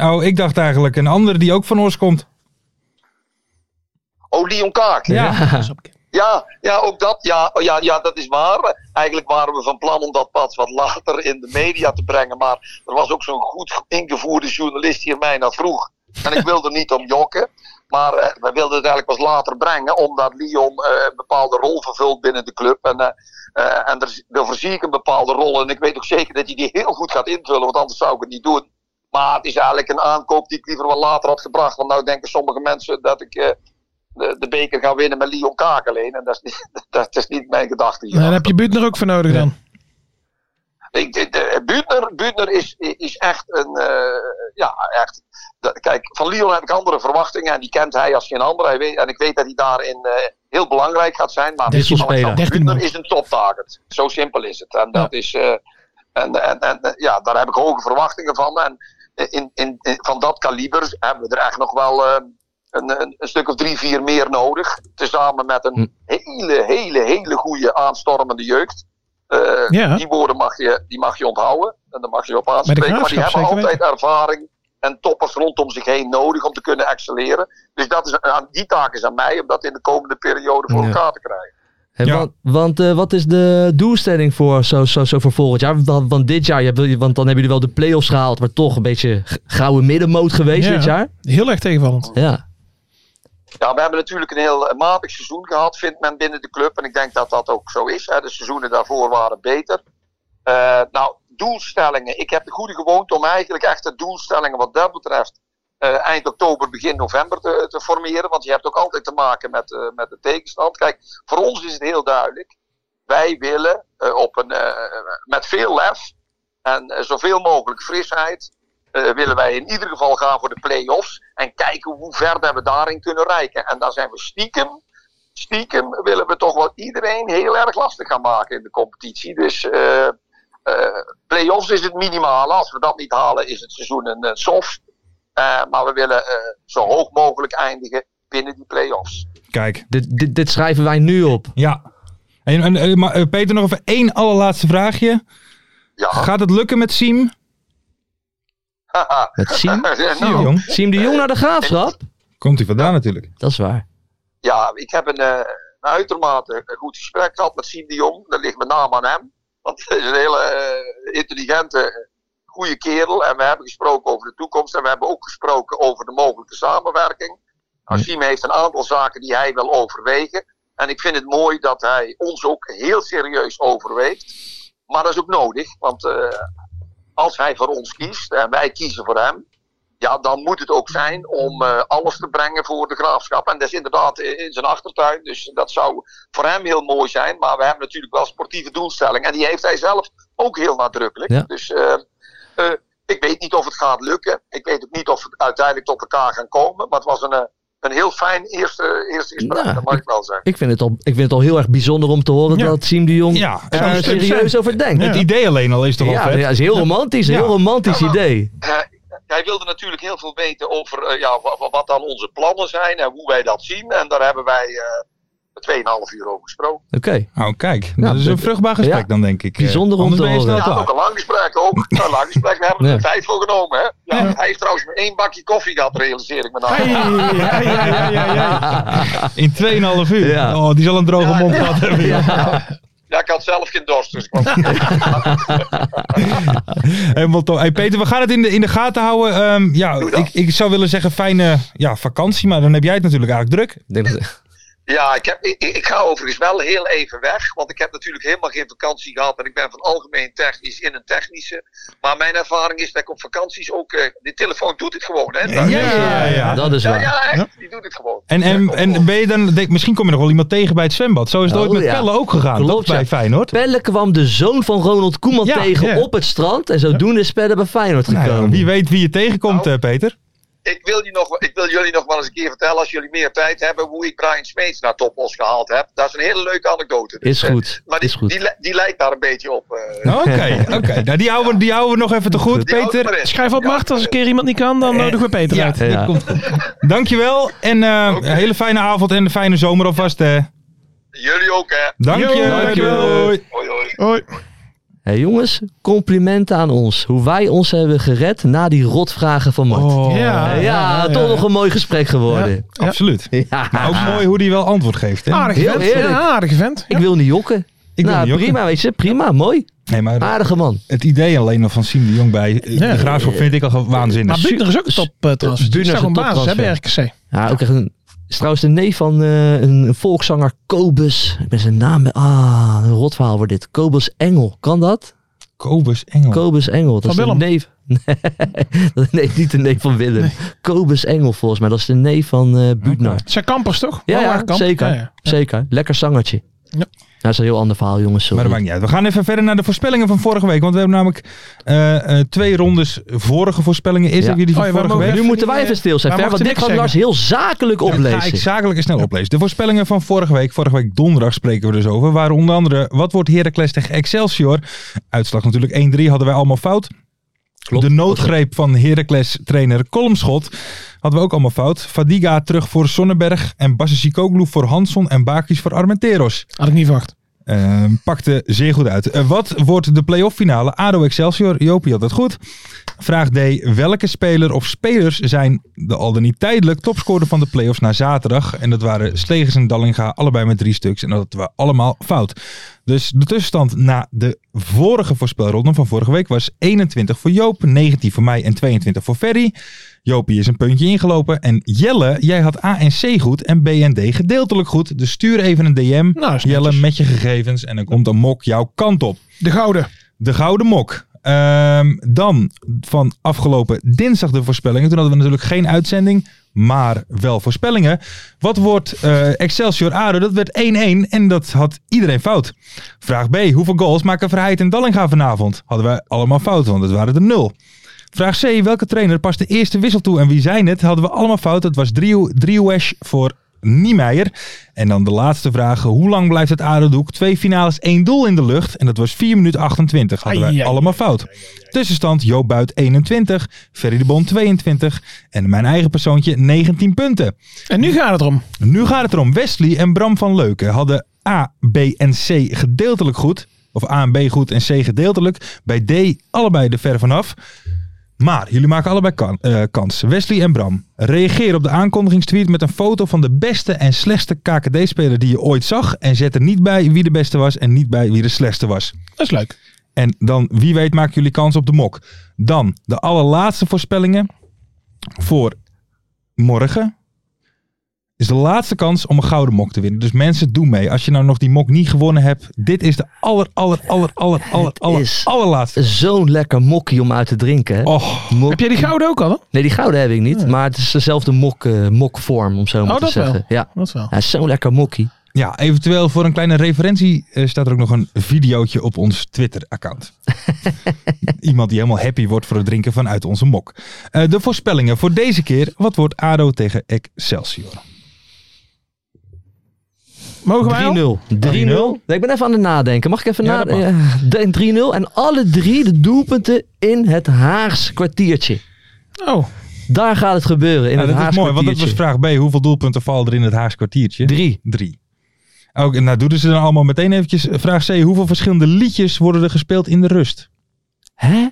S3: Oh, ik dacht eigenlijk een andere die ook van Os komt.
S6: Oh, Leon Kaak.
S3: Ja.
S6: Ja, ja, ook dat. Ja, oh ja, ja, dat is waar. Eigenlijk waren we van plan om dat pas wat later in de media te brengen. Maar er was ook zo'n goed ingevoerde journalist die er mij naar vroeg. En ik wilde niet om jokken. Maar eh, we wilden het eigenlijk pas later brengen, omdat Lyon eh, een bepaalde rol vervult binnen de club. En, eh eh, en er, daarvoor zie ik een bepaalde rol. En ik weet ook zeker dat hij die heel goed gaat invullen, want anders zou ik het niet doen. Maar het is eigenlijk een aankoop die ik liever wel later had gebracht. Want nou denken sommige mensen dat ik eh, de, de beker ga winnen met Lyon Kaak alleen. En dat is niet, [LAUGHS] dat is niet mijn gedachte hier.
S5: Nou, daar heb je Buutner ook voor nodig dan.
S6: Ik, de, de- Buutner, Buutner is, is echt een. eh, ja, echt. dat- kijk, van Lyon heb ik andere verwachtingen. En die kent hij als geen ander. Hij weet, en ik weet dat hij daarin eh, heel belangrijk gaat zijn. Maar
S4: Wisselspeler.
S6: Alexander
S5: 13
S6: Buutner
S5: man.
S6: is een toptarget. Zo simpel is het. En, dat is, eh, en, en, en eh, ja, daar heb ik hoge verwachtingen van. En in, in, in- van dat kaliber hebben we er echt nog wel. eh, een, een, een stuk of drie, vier meer nodig. Tezamen met een
S5: Hm.
S6: hele, hele, hele goede aanstormende jeugd. Eh,
S5: Ja.
S6: Die woorden mag je, die mag je onthouden. En daar mag je op aanspreken. Maar die
S5: graafschap,
S6: hebben
S5: zeker
S6: altijd ervaring en toppers rondom zich heen nodig om te kunnen excelleren. Dus dat is, aan- die taak is aan mij om dat in de komende periode voor
S4: Ja.
S6: elkaar te krijgen.
S4: Hè,
S3: Ja.
S4: Want, want, eh, wat is de doelstelling voor, zo, zo, zo voor volgend jaar? Want, want dit jaar, je wil- want dan hebben jullie wel de play-offs gehaald, maar toch een beetje g- gouden middenmoot geweest
S5: Ja.
S4: dit jaar.
S5: Heel erg tegenvallend.
S4: Ja.
S6: Ja, we hebben natuurlijk een heel eh, matig seizoen gehad, vindt men binnen de club. En ik denk dat dat ook zo is. Hè. De seizoenen daarvoor waren beter. Eh, nou, doelstellingen. Ik heb de goede gewoonte om eigenlijk echt de doelstellingen wat dat betreft eh, eind oktober, begin november te, te formeren. Want je hebt ook altijd te maken met, eh, met de tegenstand. Kijk, voor ons is het heel duidelijk. Wij willen eh, op een, eh, met veel lef en eh, zoveel mogelijk frisheid. eh, willen wij in ieder geval gaan voor de play-offs. En kijken hoe ver dat we daarin kunnen reiken. En daar zijn we stiekem stiekem willen we toch wel iedereen heel erg lastig gaan maken in de competitie. Dus eh eh play-offs is het minimale. Als we dat niet halen, is het seizoen een eh, soft. Eh, maar we willen eh, zo hoog mogelijk eindigen binnen die play-offs.
S3: Kijk,
S4: Dit, dit, dit schrijven wij nu op.
S3: ja. En, en, eh, maar, eh, Peter, nog even één allerlaatste vraagje.
S6: Oh. Ja.
S3: Gaat het lukken met Siem?
S6: [LAUGHS]
S4: Met Siem,
S3: Siem,
S6: nou,
S3: jong.
S4: Siem de Jong naar de graafschap.
S3: Komt hij vandaan natuurlijk.
S4: Dat is waar.
S6: ja, ik heb een, eh, een uitermate een goed gesprek gehad met Siem de Jong. Dat ligt met name aan hem. Want hij is een hele eh, intelligente, goede kerel. En we hebben gesproken over de toekomst. En we hebben ook gesproken over de mogelijke samenwerking. Nou, Siem heeft een aantal zaken die hij wil overwegen. En ik vind het mooi dat hij ons ook heel serieus overweegt. Maar dat is ook nodig. Want eh, als hij voor ons kiest en wij kiezen voor hem. Ja, dan moet het ook zijn om eh, alles te brengen voor de graafschap. En dat is inderdaad in in zijn achtertuin. Dus dat zou voor hem heel mooi zijn. Maar we hebben natuurlijk wel sportieve doelstellingen. En die heeft hij zelf ook heel nadrukkelijk.
S4: Ja.
S6: Dus eh, eh, ik weet niet of het gaat lukken. Ik weet ook niet of we uiteindelijk tot elkaar gaan komen. Maar het was een, eh, een heel fijn eerste, eerste gesprek.
S4: Ja,
S6: dat mag ik wel zeggen.
S4: Ik vind het al, ik vind het al heel erg bijzonder om te horen
S3: Ja.
S4: dat Siem de Jong
S3: Ja,
S4: zo
S3: eh,
S4: serieus over denkt.
S3: Het idee alleen al is toch
S4: Ja,
S3: al vet?
S4: ja, is heel romantisch. Een
S3: Ja.
S4: heel romantisch
S6: Ja, maar-
S4: idee.
S6: Hij- Eh, hij wilde natuurlijk heel veel weten over eh, ja, wa- wa- wat dan onze plannen zijn en hoe wij dat zien. En daar hebben wij eh 2,5 uur over gesproken.
S4: Oké.
S3: Oh, kijk.
S4: Ja,
S3: dat is een
S4: dat-
S3: vruchtbaar gesprek
S4: ja.
S3: dan, denk ik. Eh,
S4: Bijzonder om
S3: anders
S4: te
S3: ben je snel
S4: horen.
S6: Ja, ook
S3: klaar.
S6: een lang gesprek
S3: [LAUGHS]
S6: ook. Een lang gesprek. We hebben er
S4: Ja.
S6: tijd voor genomen. Hè? Ja,
S3: Ja.
S6: Hij heeft trouwens maar één bakje koffie gehad, realiseer ik me nou.
S3: Hey, ja, ja, ja, ja, ja. [LAUGHS] In 2,5 uur.
S4: Ja.
S3: Oh, die zal een droge mond gehad hebben. joh.
S6: Ja, ik had zelf geen dorst. Dus ik was...
S3: Helemaal tof. Hey Peter, we gaan het in de, in de gaten houden. Ehm, ja,
S6: Doe dat.
S3: ik, ik zou willen zeggen fijne ja, vakantie, maar dan heb jij het natuurlijk eigenlijk druk.
S4: Ik denk dat-
S6: Ja, ik, heb, ik, ik ga overigens wel heel even weg. Want ik heb natuurlijk helemaal geen vakantie gehad. En ik ben van algemeen technisch in een technische. Maar mijn ervaring is dat ik op vakanties ook... eh de telefoon doet het gewoon, hè?
S3: Ja, ja, ja.
S4: Dat is
S6: Ja,
S4: waar.
S6: ja, echt. Die doet het gewoon.
S3: En, en,
S6: Ja,
S3: en ben je dan, denk, misschien kom je nog wel iemand tegen bij het zwembad. Zo is het
S4: Oh,
S3: ooit met
S4: ja.
S3: Pelle ook gegaan,
S4: Klopt,
S3: toch? Bij
S4: ja.
S3: Feyenoord.
S4: Pelle kwam de zoon van Ronald Koeman
S3: Ja,
S4: tegen
S3: ja.
S4: op het strand. En zodoende is Pelle bij Feyenoord
S3: Nou,
S4: gekomen.
S3: wie weet wie je tegenkomt,
S4: Oh.
S6: Nou.
S3: eh, Peter.
S6: ik, wil je nog, wel- ik wil jullie nog wel eens een keer vertellen, als jullie meer tijd hebben, hoe ik Brian Smeets naar Topos gehaald heb. Dat is een hele leuke anekdote.
S4: Is
S6: eh,
S4: goed,
S6: maar die,
S4: is goed.
S6: Die, li- die lijkt daar een beetje op. eh.
S3: Oké,
S4: [LAUGHS]
S3: oké. Nou, die, houden, we- die houden we nog even te goed,
S6: Die houdt maar
S3: Peter.
S6: in.
S5: Schrijf op,
S6: Ja,
S5: Mart. Als een keer iemand niet kan, dan eh, nodigen we Peter
S3: Ja,
S5: uit.
S3: dat
S4: Ja.
S3: komt goed. Dankjewel en eh,
S6: Oké.
S3: een hele fijne avond en een fijne zomer alvast. eh.
S6: Jullie ook, hè?
S3: Dank je.
S5: Jo, dankjewel.
S3: Doei.
S6: Hoi, hoi.
S5: Hoi.
S4: Hey jongens, complimenten aan ons. Hoe wij ons hebben gered na die rotvragen van Mart.
S3: Oh,
S5: Ja.
S4: ja, toch nog een mooi gesprek geworden.
S5: Ja.
S3: Absoluut.
S4: Ja.
S3: Maar ook mooi hoe die wel antwoord geeft. Hè?
S5: Aardige
S4: Heel
S5: vent.
S4: eerlijk.
S5: Ja, aardige vent.
S4: Ik wil niet jokken.
S3: Ik wil
S4: nou,
S3: niet
S4: prima, weet je. Prima, mooi.
S3: Nee, maar
S4: Aardige man.
S3: het idee alleen al van Siem de Jong bij eh, de Graafschap vind ik al waanzinnig.
S5: Maar Buutner is ook een top eh, transfer.
S4: Buutner is
S5: Ik zag
S4: een
S5: hem basis hè, bij
S4: toptransfer.
S5: RKC.
S4: Ja, ook echt een... Is trouwens de neef van eh, een volkszanger Kobus. Ik ben zijn naam... Ah, een rotverhaal wordt dit. Kobus Engel. Kan dat?
S3: Kobus Engel.
S4: Kobus Engel. Dat
S5: Van
S4: is
S5: Willem.
S4: de neef. [LAUGHS] Nee, nee, niet de neef van Willem. Kobus Engel volgens mij. Dat is de neef van eh Buutner.
S5: Het zijn kampers toch?
S4: Ja, ja,
S5: Walwaar kamp.
S4: zeker.
S5: Ja, ja.
S4: Zeker. Lekker zangertje.
S5: Ja.
S4: Nou, Dat is een heel ander verhaal, jongens.
S3: maar
S4: Sorry.
S3: dat maakt niet uit. We gaan even verder naar de voorspellingen van vorige week. Want we hebben namelijk eh, eh, twee rondes vorige voorspellingen. Eerst
S4: Ja.
S3: hebben jullie
S5: Oh
S3: die
S5: ja,
S3: van
S5: we
S3: vorige
S5: mogen
S3: week.
S4: nu moeten wij
S5: eh,
S4: even stil zijn.
S5: wij
S4: Fer, want
S5: mochten
S4: dit gaat
S5: niks
S4: Lars
S5: zeggen.
S4: heel zakelijk
S3: Ja, ga ik
S4: oplezen.
S3: zakelijk en snel oplezen. De voorspellingen van vorige week, vorige week donderdag spreken we dus over. Waar onder andere, wat wordt Heracles tegen Excelsior? Uitslag natuurlijk 1-3, hadden wij allemaal fout.
S4: Klopt.
S3: De noodgreep van Heracles trainer Kolmschot hadden we ook allemaal fout. Fadiga terug voor Sonnenberg en Basicoglu voor Hanson en Bakis voor Armenteros.
S5: Had ik niet verwacht.
S3: Ehm, pakte zeer goed uit. Eh, wat wordt de playoff finale? ADO Excelsior, Jopie had dat goed. Vraag D. Welke speler of spelers zijn de al dan niet tijdelijk topscorer van de playoffs na zaterdag? En dat waren Slegers en Dallinga, allebei met drie stuks. En dat hadden we allemaal fout. Dus de tussenstand na de vorige voorspelronde van vorige week was 21 voor Joop, 19 voor mij en 22 voor Ferry. Jopie is een puntje ingelopen. En Jelle, jij had A en C goed en B en D gedeeltelijk goed. Dus stuur even een DM.
S5: Nou, is
S3: Jelle
S5: netjes.
S3: met je gegevens en dan komt een mok jouw kant op.
S5: De gouden.
S3: De Gouden Mok. Ehm, dan van afgelopen dinsdag de voorspellingen. Toen hadden we natuurlijk geen uitzending, maar wel voorspellingen. Wat wordt eh, Excelsior Ado? Dat werd 1-1 en dat had iedereen fout. Vraag B. Hoeveel goals maken Verheid en Dallinga vanavond? Hadden wij allemaal fout, want het waren er nul. Vraag C. Welke trainer past de eerste wissel toe en wie zijn het? Hadden we allemaal fout. Het was Drieu- Drieuwesh voor Niemeyer. En dan de laatste vraag. Hoe lang blijft het Adeldoek? Twee finales, één doel in de lucht. En dat was 4 minuten 28. Hadden
S5: Ai,
S3: wij
S5: ai,
S3: allemaal fout. Tussenstand Joop Buit 21, Ferry de Bond 22 en mijn eigen persoontje 19 punten.
S5: En nu gaat het erom.
S3: Nu gaat het erom. Wesley en Bram van Leuken hadden A, B en C gedeeltelijk goed. Of A en B goed en C gedeeltelijk. Bij D allebei de ver vanaf. Maar jullie maken allebei kan, eh, kans. Wesley en Bram. Reageer op de aankondigingstweet met een foto van de beste en slechtste KKD-speler die je ooit zag. En zet er niet bij wie de beste was en niet bij wie de slechtste was.
S5: Dat is leuk.
S3: En dan, wie weet, maken jullie kans op de mok. Dan de allerlaatste voorspellingen voor morgen. Is de laatste kans om een gouden mok te winnen. Dus mensen, doe mee. Als je nou nog die mok niet gewonnen hebt. Dit is de aller, aller, aller, aller, aller, aller,
S4: is-
S3: allerlaatste.
S4: Zo'n lekker mokkie om uit te drinken. hè.
S3: Oh,
S4: Mok-
S5: Heb jij die gouden ook al? Hè?
S4: Nee, die gouden heb ik niet. Maar het is dezelfde mok, eh, mokvorm, om zo maar
S5: Oh,
S4: te
S5: dat wel.
S4: zeggen. Ja.
S5: Dat wel.
S4: ja, zo'n lekker mokkie.
S3: ja, eventueel voor een kleine referentie eh, staat er ook nog een videootje op ons Twitter-account. Iemand die helemaal happy wordt voor het drinken vanuit onze mok. Eh, de voorspellingen voor deze keer. Wat wordt ADO tegen Excelsior?
S5: Mogen wij al?
S4: 3-0.
S3: Oh,
S4: 3-0. Nee, ik ben even aan het nadenken. Mag ik even eh,
S5: Ja, dat
S4: nadenken? 3-0. En alle drie de doelpunten in het Haags kwartiertje.
S5: Oh,
S4: Daar gaat het gebeuren. In
S3: Ja,
S4: het
S3: dat
S4: Haags
S3: is mooi, want dat was
S4: kwartiertje.
S3: vraag B. Hoeveel doelpunten vallen er in het Haagse kwartiertje?
S4: Drie.
S3: Drie. Ook, nou, doen ze dan allemaal meteen eventjes. Vraag C. Hoeveel verschillende liedjes worden er gespeeld in de rust?
S4: Hè?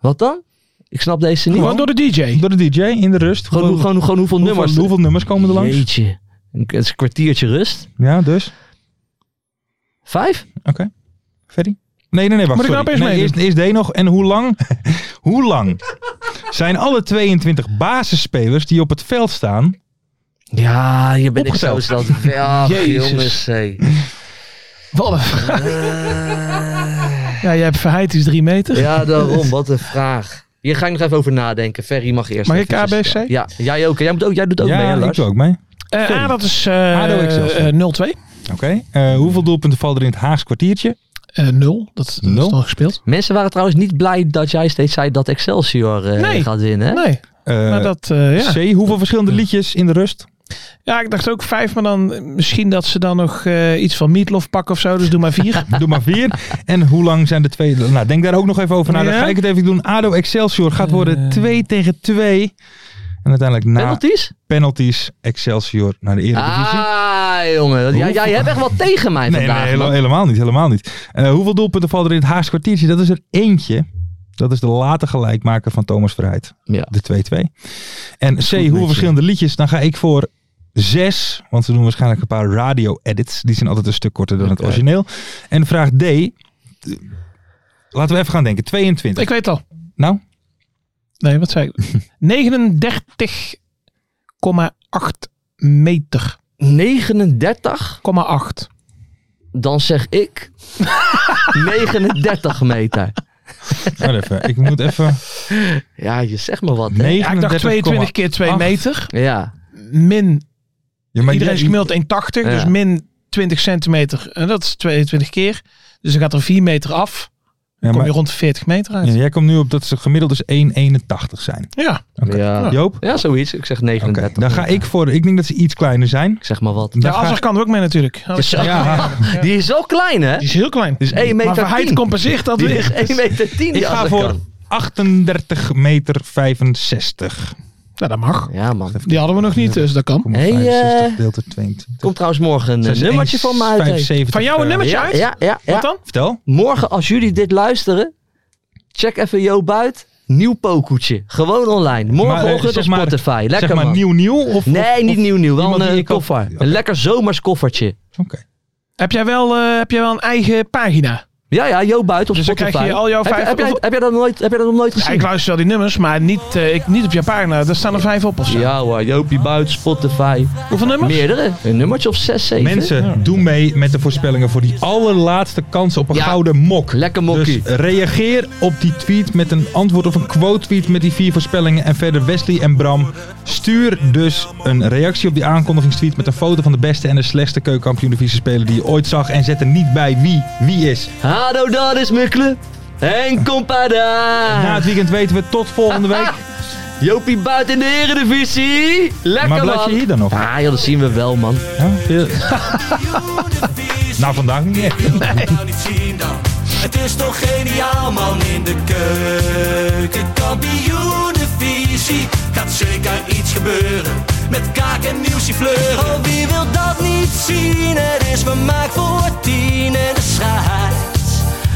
S4: Wat dan? Ik snap deze niet.
S5: gewoon door de DJ.
S3: Door de DJ in de rust?
S4: Gewoon,
S3: Hoeveel-
S4: gewoon, gewoon, hoeveel
S3: hoeveel,
S4: nummers.
S3: hoeveel nummers komen er langs?
S4: Jeetje. Een- Het is een kwartiertje rust.
S3: Ja, dus.
S4: Vijf?
S3: Oké. Ferry? Nee, nee, nee, wacht.
S5: Moet ik nou
S3: sorry.
S5: opeens
S3: nee, eerst,
S5: meedoen?
S3: eerst D nog. En hoe lang? [LAUGHS] hoe lang zijn alle 22 basisspelers die op het veld staan
S4: Ja, je bent ik zo
S3: Opgeteld.
S4: is dat. Ja,
S5: Jezus.
S4: jongens. hé.
S5: Wat Ja, jij hebt verheid, die is drie meter.
S4: Ja, daarom. Wat een vraag. Hier ga ik nog even over nadenken. Ferry mag eerst.
S5: Mag ik
S4: even-
S5: KBC?
S4: Ja, jij ook. Jij, moet ook, jij doet ook
S3: ja,
S4: mee, hè,
S3: ik
S4: Lars?
S3: doe ook mee.
S5: Eh,
S3: Sorry.
S5: A, dat is eh,
S3: ADO Excelsior.
S5: eh, 0-2.
S3: Oké. Eh, hoeveel doelpunten vallen er in het Haagse kwartiertje?
S5: Eh, 0, dat, dat
S3: Nul?
S5: is al gespeeld.
S4: Mensen waren trouwens niet blij dat jij steeds zei dat Excelsior eh,
S5: Nee.
S4: gaat winnen. hè?
S5: Nee,
S3: Eh,
S5: maar dat, eh, ja.
S3: C. Hoeveel verschillende liedjes in de rust?
S5: ja, ik dacht ook 5, maar dan eh, misschien dat ze dan nog eh, iets van Meatloaf pakken of zo. Dus doe maar 4.
S3: [LAUGHS] Doe maar vier. En hoe lang zijn de twee? Nou, denk daar ook nog even over na. Dan
S5: Ja.
S3: ga ik het even doen. ADO Excelsior gaat worden 2 tegen 2. En uiteindelijk na penalties,
S4: Penalties?
S3: Excelsior naar de Nou, Eredivisie.
S4: Ah, jongen. Jij, jij hebt echt wat tegen
S3: [LAUGHS]
S4: mij
S3: nee, nee
S4: vandaag.
S3: hele-
S4: man.
S3: helemaal niet. Helemaal niet. Eh, hoeveel doelpunten vallen er in het Haagse kwartiertje? Dat is er eentje. Dat is de late gelijkmaker van Thomas Verheid.
S4: Ja.
S3: De 2-2. En C, hoeveel verschillende liedjes? Dan ga ik voor zes. Want ze doen waarschijnlijk een paar radio-edits. Die zijn altijd een stuk korter dan het origineel. En vraag D. eh, Laten we even gaan denken. 22.
S5: [LAUGHS] Ik weet het al.
S3: Nou,
S5: Nee, wat zei ik? 39,8 meter.
S4: 39?
S5: 8.
S4: Dan zeg
S3: [LAUGHS]
S4: ik 39 meter.
S3: wacht even. Ik moet even...
S4: Ja, je zegt me wat. Hè?
S3: 39,
S5: Ja, ik dacht 22 keer 2
S3: acht.
S5: meter.
S4: Ja.
S5: Min,
S3: Ja, maar
S5: iedereen is
S3: jij-
S5: gemiddeld 1,80. Dus
S4: Ja.
S5: min 20 centimeter. En dat is 22 keer. Dus dan gaat er 4 meter af.
S3: ja,
S5: Dan kom
S3: maar-
S5: je rond de 40 meter uit.
S3: ja,
S5: Ja.
S3: jij komt nu op dat ze gemiddeld dus 1,81 zijn. Oké.
S4: Ja.
S3: Joop? Oké,
S4: ja, zoiets. Ik zeg 39.
S3: dan ga ik voor... Ik denk dat ze iets kleiner zijn.
S4: Ik zeg maar wat.
S5: Ja,
S3: Dan ga
S5: Asser kan er ook mee natuurlijk. Ja,
S4: Zo. Die is zo klein, hè?
S5: Die is [LAUGHS] heel klein.
S4: Dus 1 meter
S5: maar verheid
S4: 10.
S5: compenseert dat
S4: Die is
S5: weer.
S4: 1 meter 10. Die
S3: Ik ga
S4: andere
S3: voor
S4: kant.
S3: 38 meter 65.
S5: Nou, dat mag.
S4: Ja, man.
S5: Die hadden we nog niet, dus dat kan.
S4: Hey, eh,
S3: 65 deelt door 22.
S4: Komt trouwens morgen een eh, nummertje van mij uit. hè?
S3: 75,
S5: Van jou een
S3: eh,
S5: nummertje
S4: Ja,
S5: uit?
S4: ja, ja, ja.
S5: Wat dan?
S3: Vertel.
S4: Morgen, als jullie dit luisteren, check even Jo Buit. Nieuw pokoetje. Gewoon online. Morgenochtend
S3: Maar, eh, zeg
S4: op
S3: maar-
S4: Spotify. Lekker
S3: zeg maar
S4: man.
S3: nieuw nieuw? Of, of-
S4: nee, niet
S3: of-
S4: nieuw nieuw. Wel
S3: iemand die
S4: een eh,
S3: je kan-
S4: koffer.
S3: Oké.
S4: Een lekker zomerskoffertje.
S3: Oké.
S5: Heb jij wel, eh, heb jij wel een eigen pagina?
S4: Ja, ja, Jo Buit op
S5: Dus dan
S4: Spotify.
S5: krijg je al jouw
S4: Heb-
S5: vijf-
S4: Heb, jij, heb, jij dat nog nooit, heb jij dat nog nooit
S5: Ja,
S4: gezien?
S5: ik luister wel die nummers, maar niet, eh, ik, niet op jouw pagina. Daar staan er vijf op of zo.
S4: Ja hoor, Jopie Buit, Spotify.
S5: Hoeveel nummers?
S4: Meerdere. Een nummertje of 6, 7.
S3: Mensen, doe mee met de voorspellingen voor die allerlaatste kans op een
S4: Ja.
S3: gouden mok.
S4: Lekker mokkie.
S3: Dus reageer op die tweet met een antwoord of een quote tweet met die vier voorspellingen. En verder Wesley en Bram. Stuur dus een reactie op die aankondigingstweet met een foto van de beste en de slechtste keukenkampioen divisie speler die je ooit zag. En zet er niet bij wie wie is.
S4: Hado, dat is mijn club. En
S9: Ah.
S3: Na
S4: compada. Ah!
S3: het weekend weten we tot volgende
S9: [LAUGHS]
S3: week.
S4: Jopie Buit in de Eredivisie. Lekker
S3: Maar
S4: man.
S3: blijf je hier dan nog?
S4: Ah joh, dat zien we wel man.
S3: Ja,
S1: [LAUGHS]
S3: veel- nou, vandaag niet echt.
S9: nou niet zien dan. Het is toch geniaal man in de keuken. Kampioenenvisie. Gaat zeker iets gebeuren. Met kaak en nieuwsje fleuren. Oh wie wil dat niet zien. Het is vermaakt voor tien en de scheids.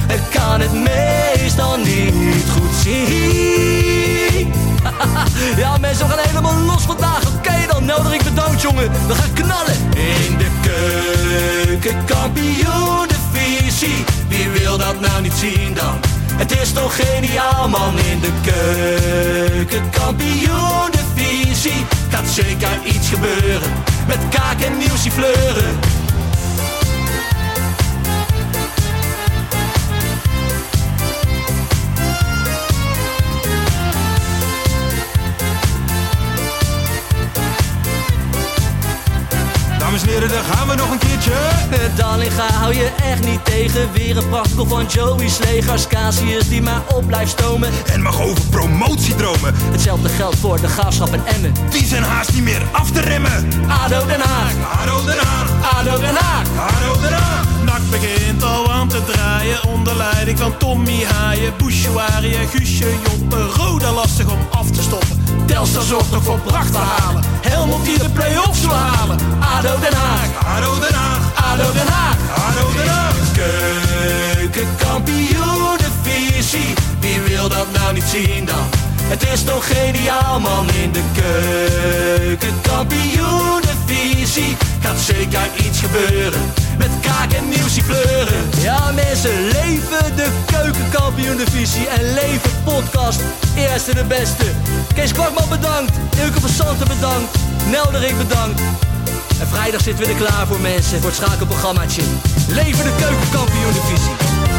S9: Ik kan het meestal niet goed zien. Ja, mensen, we gaan helemaal los vandaag. Oké, dan nodig ik bedankt, jongen. We gaan knallen. In de keuken, kampioen, de visie. Wie wil dat nou niet zien dan? Het is toch geniaal, man. In de keuken, kampioen, de visie. Gaat zeker iets gebeuren. Met kaak en nieuwsie fleuren.
S1: Dames en heren, daar gaan we nog een keertje.
S9: Eh, Dallinga hou je echt niet tegen. Weer een prachtkel van Joey's legers. Casius die maar op blijft stomen.
S1: En mag over promotiedromen.
S9: Hetzelfde geldt voor de graafschap en Emmen.
S1: Die zijn haast niet meer af te remmen.
S9: ADO Den Haag,
S1: Haro Den Haag,
S9: ADO Den Haag.
S1: Haro Den Haag.
S9: Nak begint al aan te draaien onder leiding van Tommy Haaien, Bouchouari en Guusje Joppen. Roda lastig om af te stoppen. Telstar zorgt nog voor pracht te halen. Helmond die de play-offs wil halen. ADO Den Haag, ADO Den Haag, ADO Den Haag, ADO Den Haag. Keukenkampioenenvisie, wie wil dat nou niet zien dan? Het is toch geniaal man in de keukenkampioenenvisie. Gaat zeker iets gebeuren, met kaak en nieuwsie kleuren. Ja mensen, leven de keukenkampioenenvisie en leven podcast. Eerste de beste. Kees Kwakman bedankt, Ilke van Santen bedankt, Nelderik bedankt. En vrijdag zitten we er klaar voor mensen, voor het schakelprogrammaatje. Leven de keukenkampioenenvisie.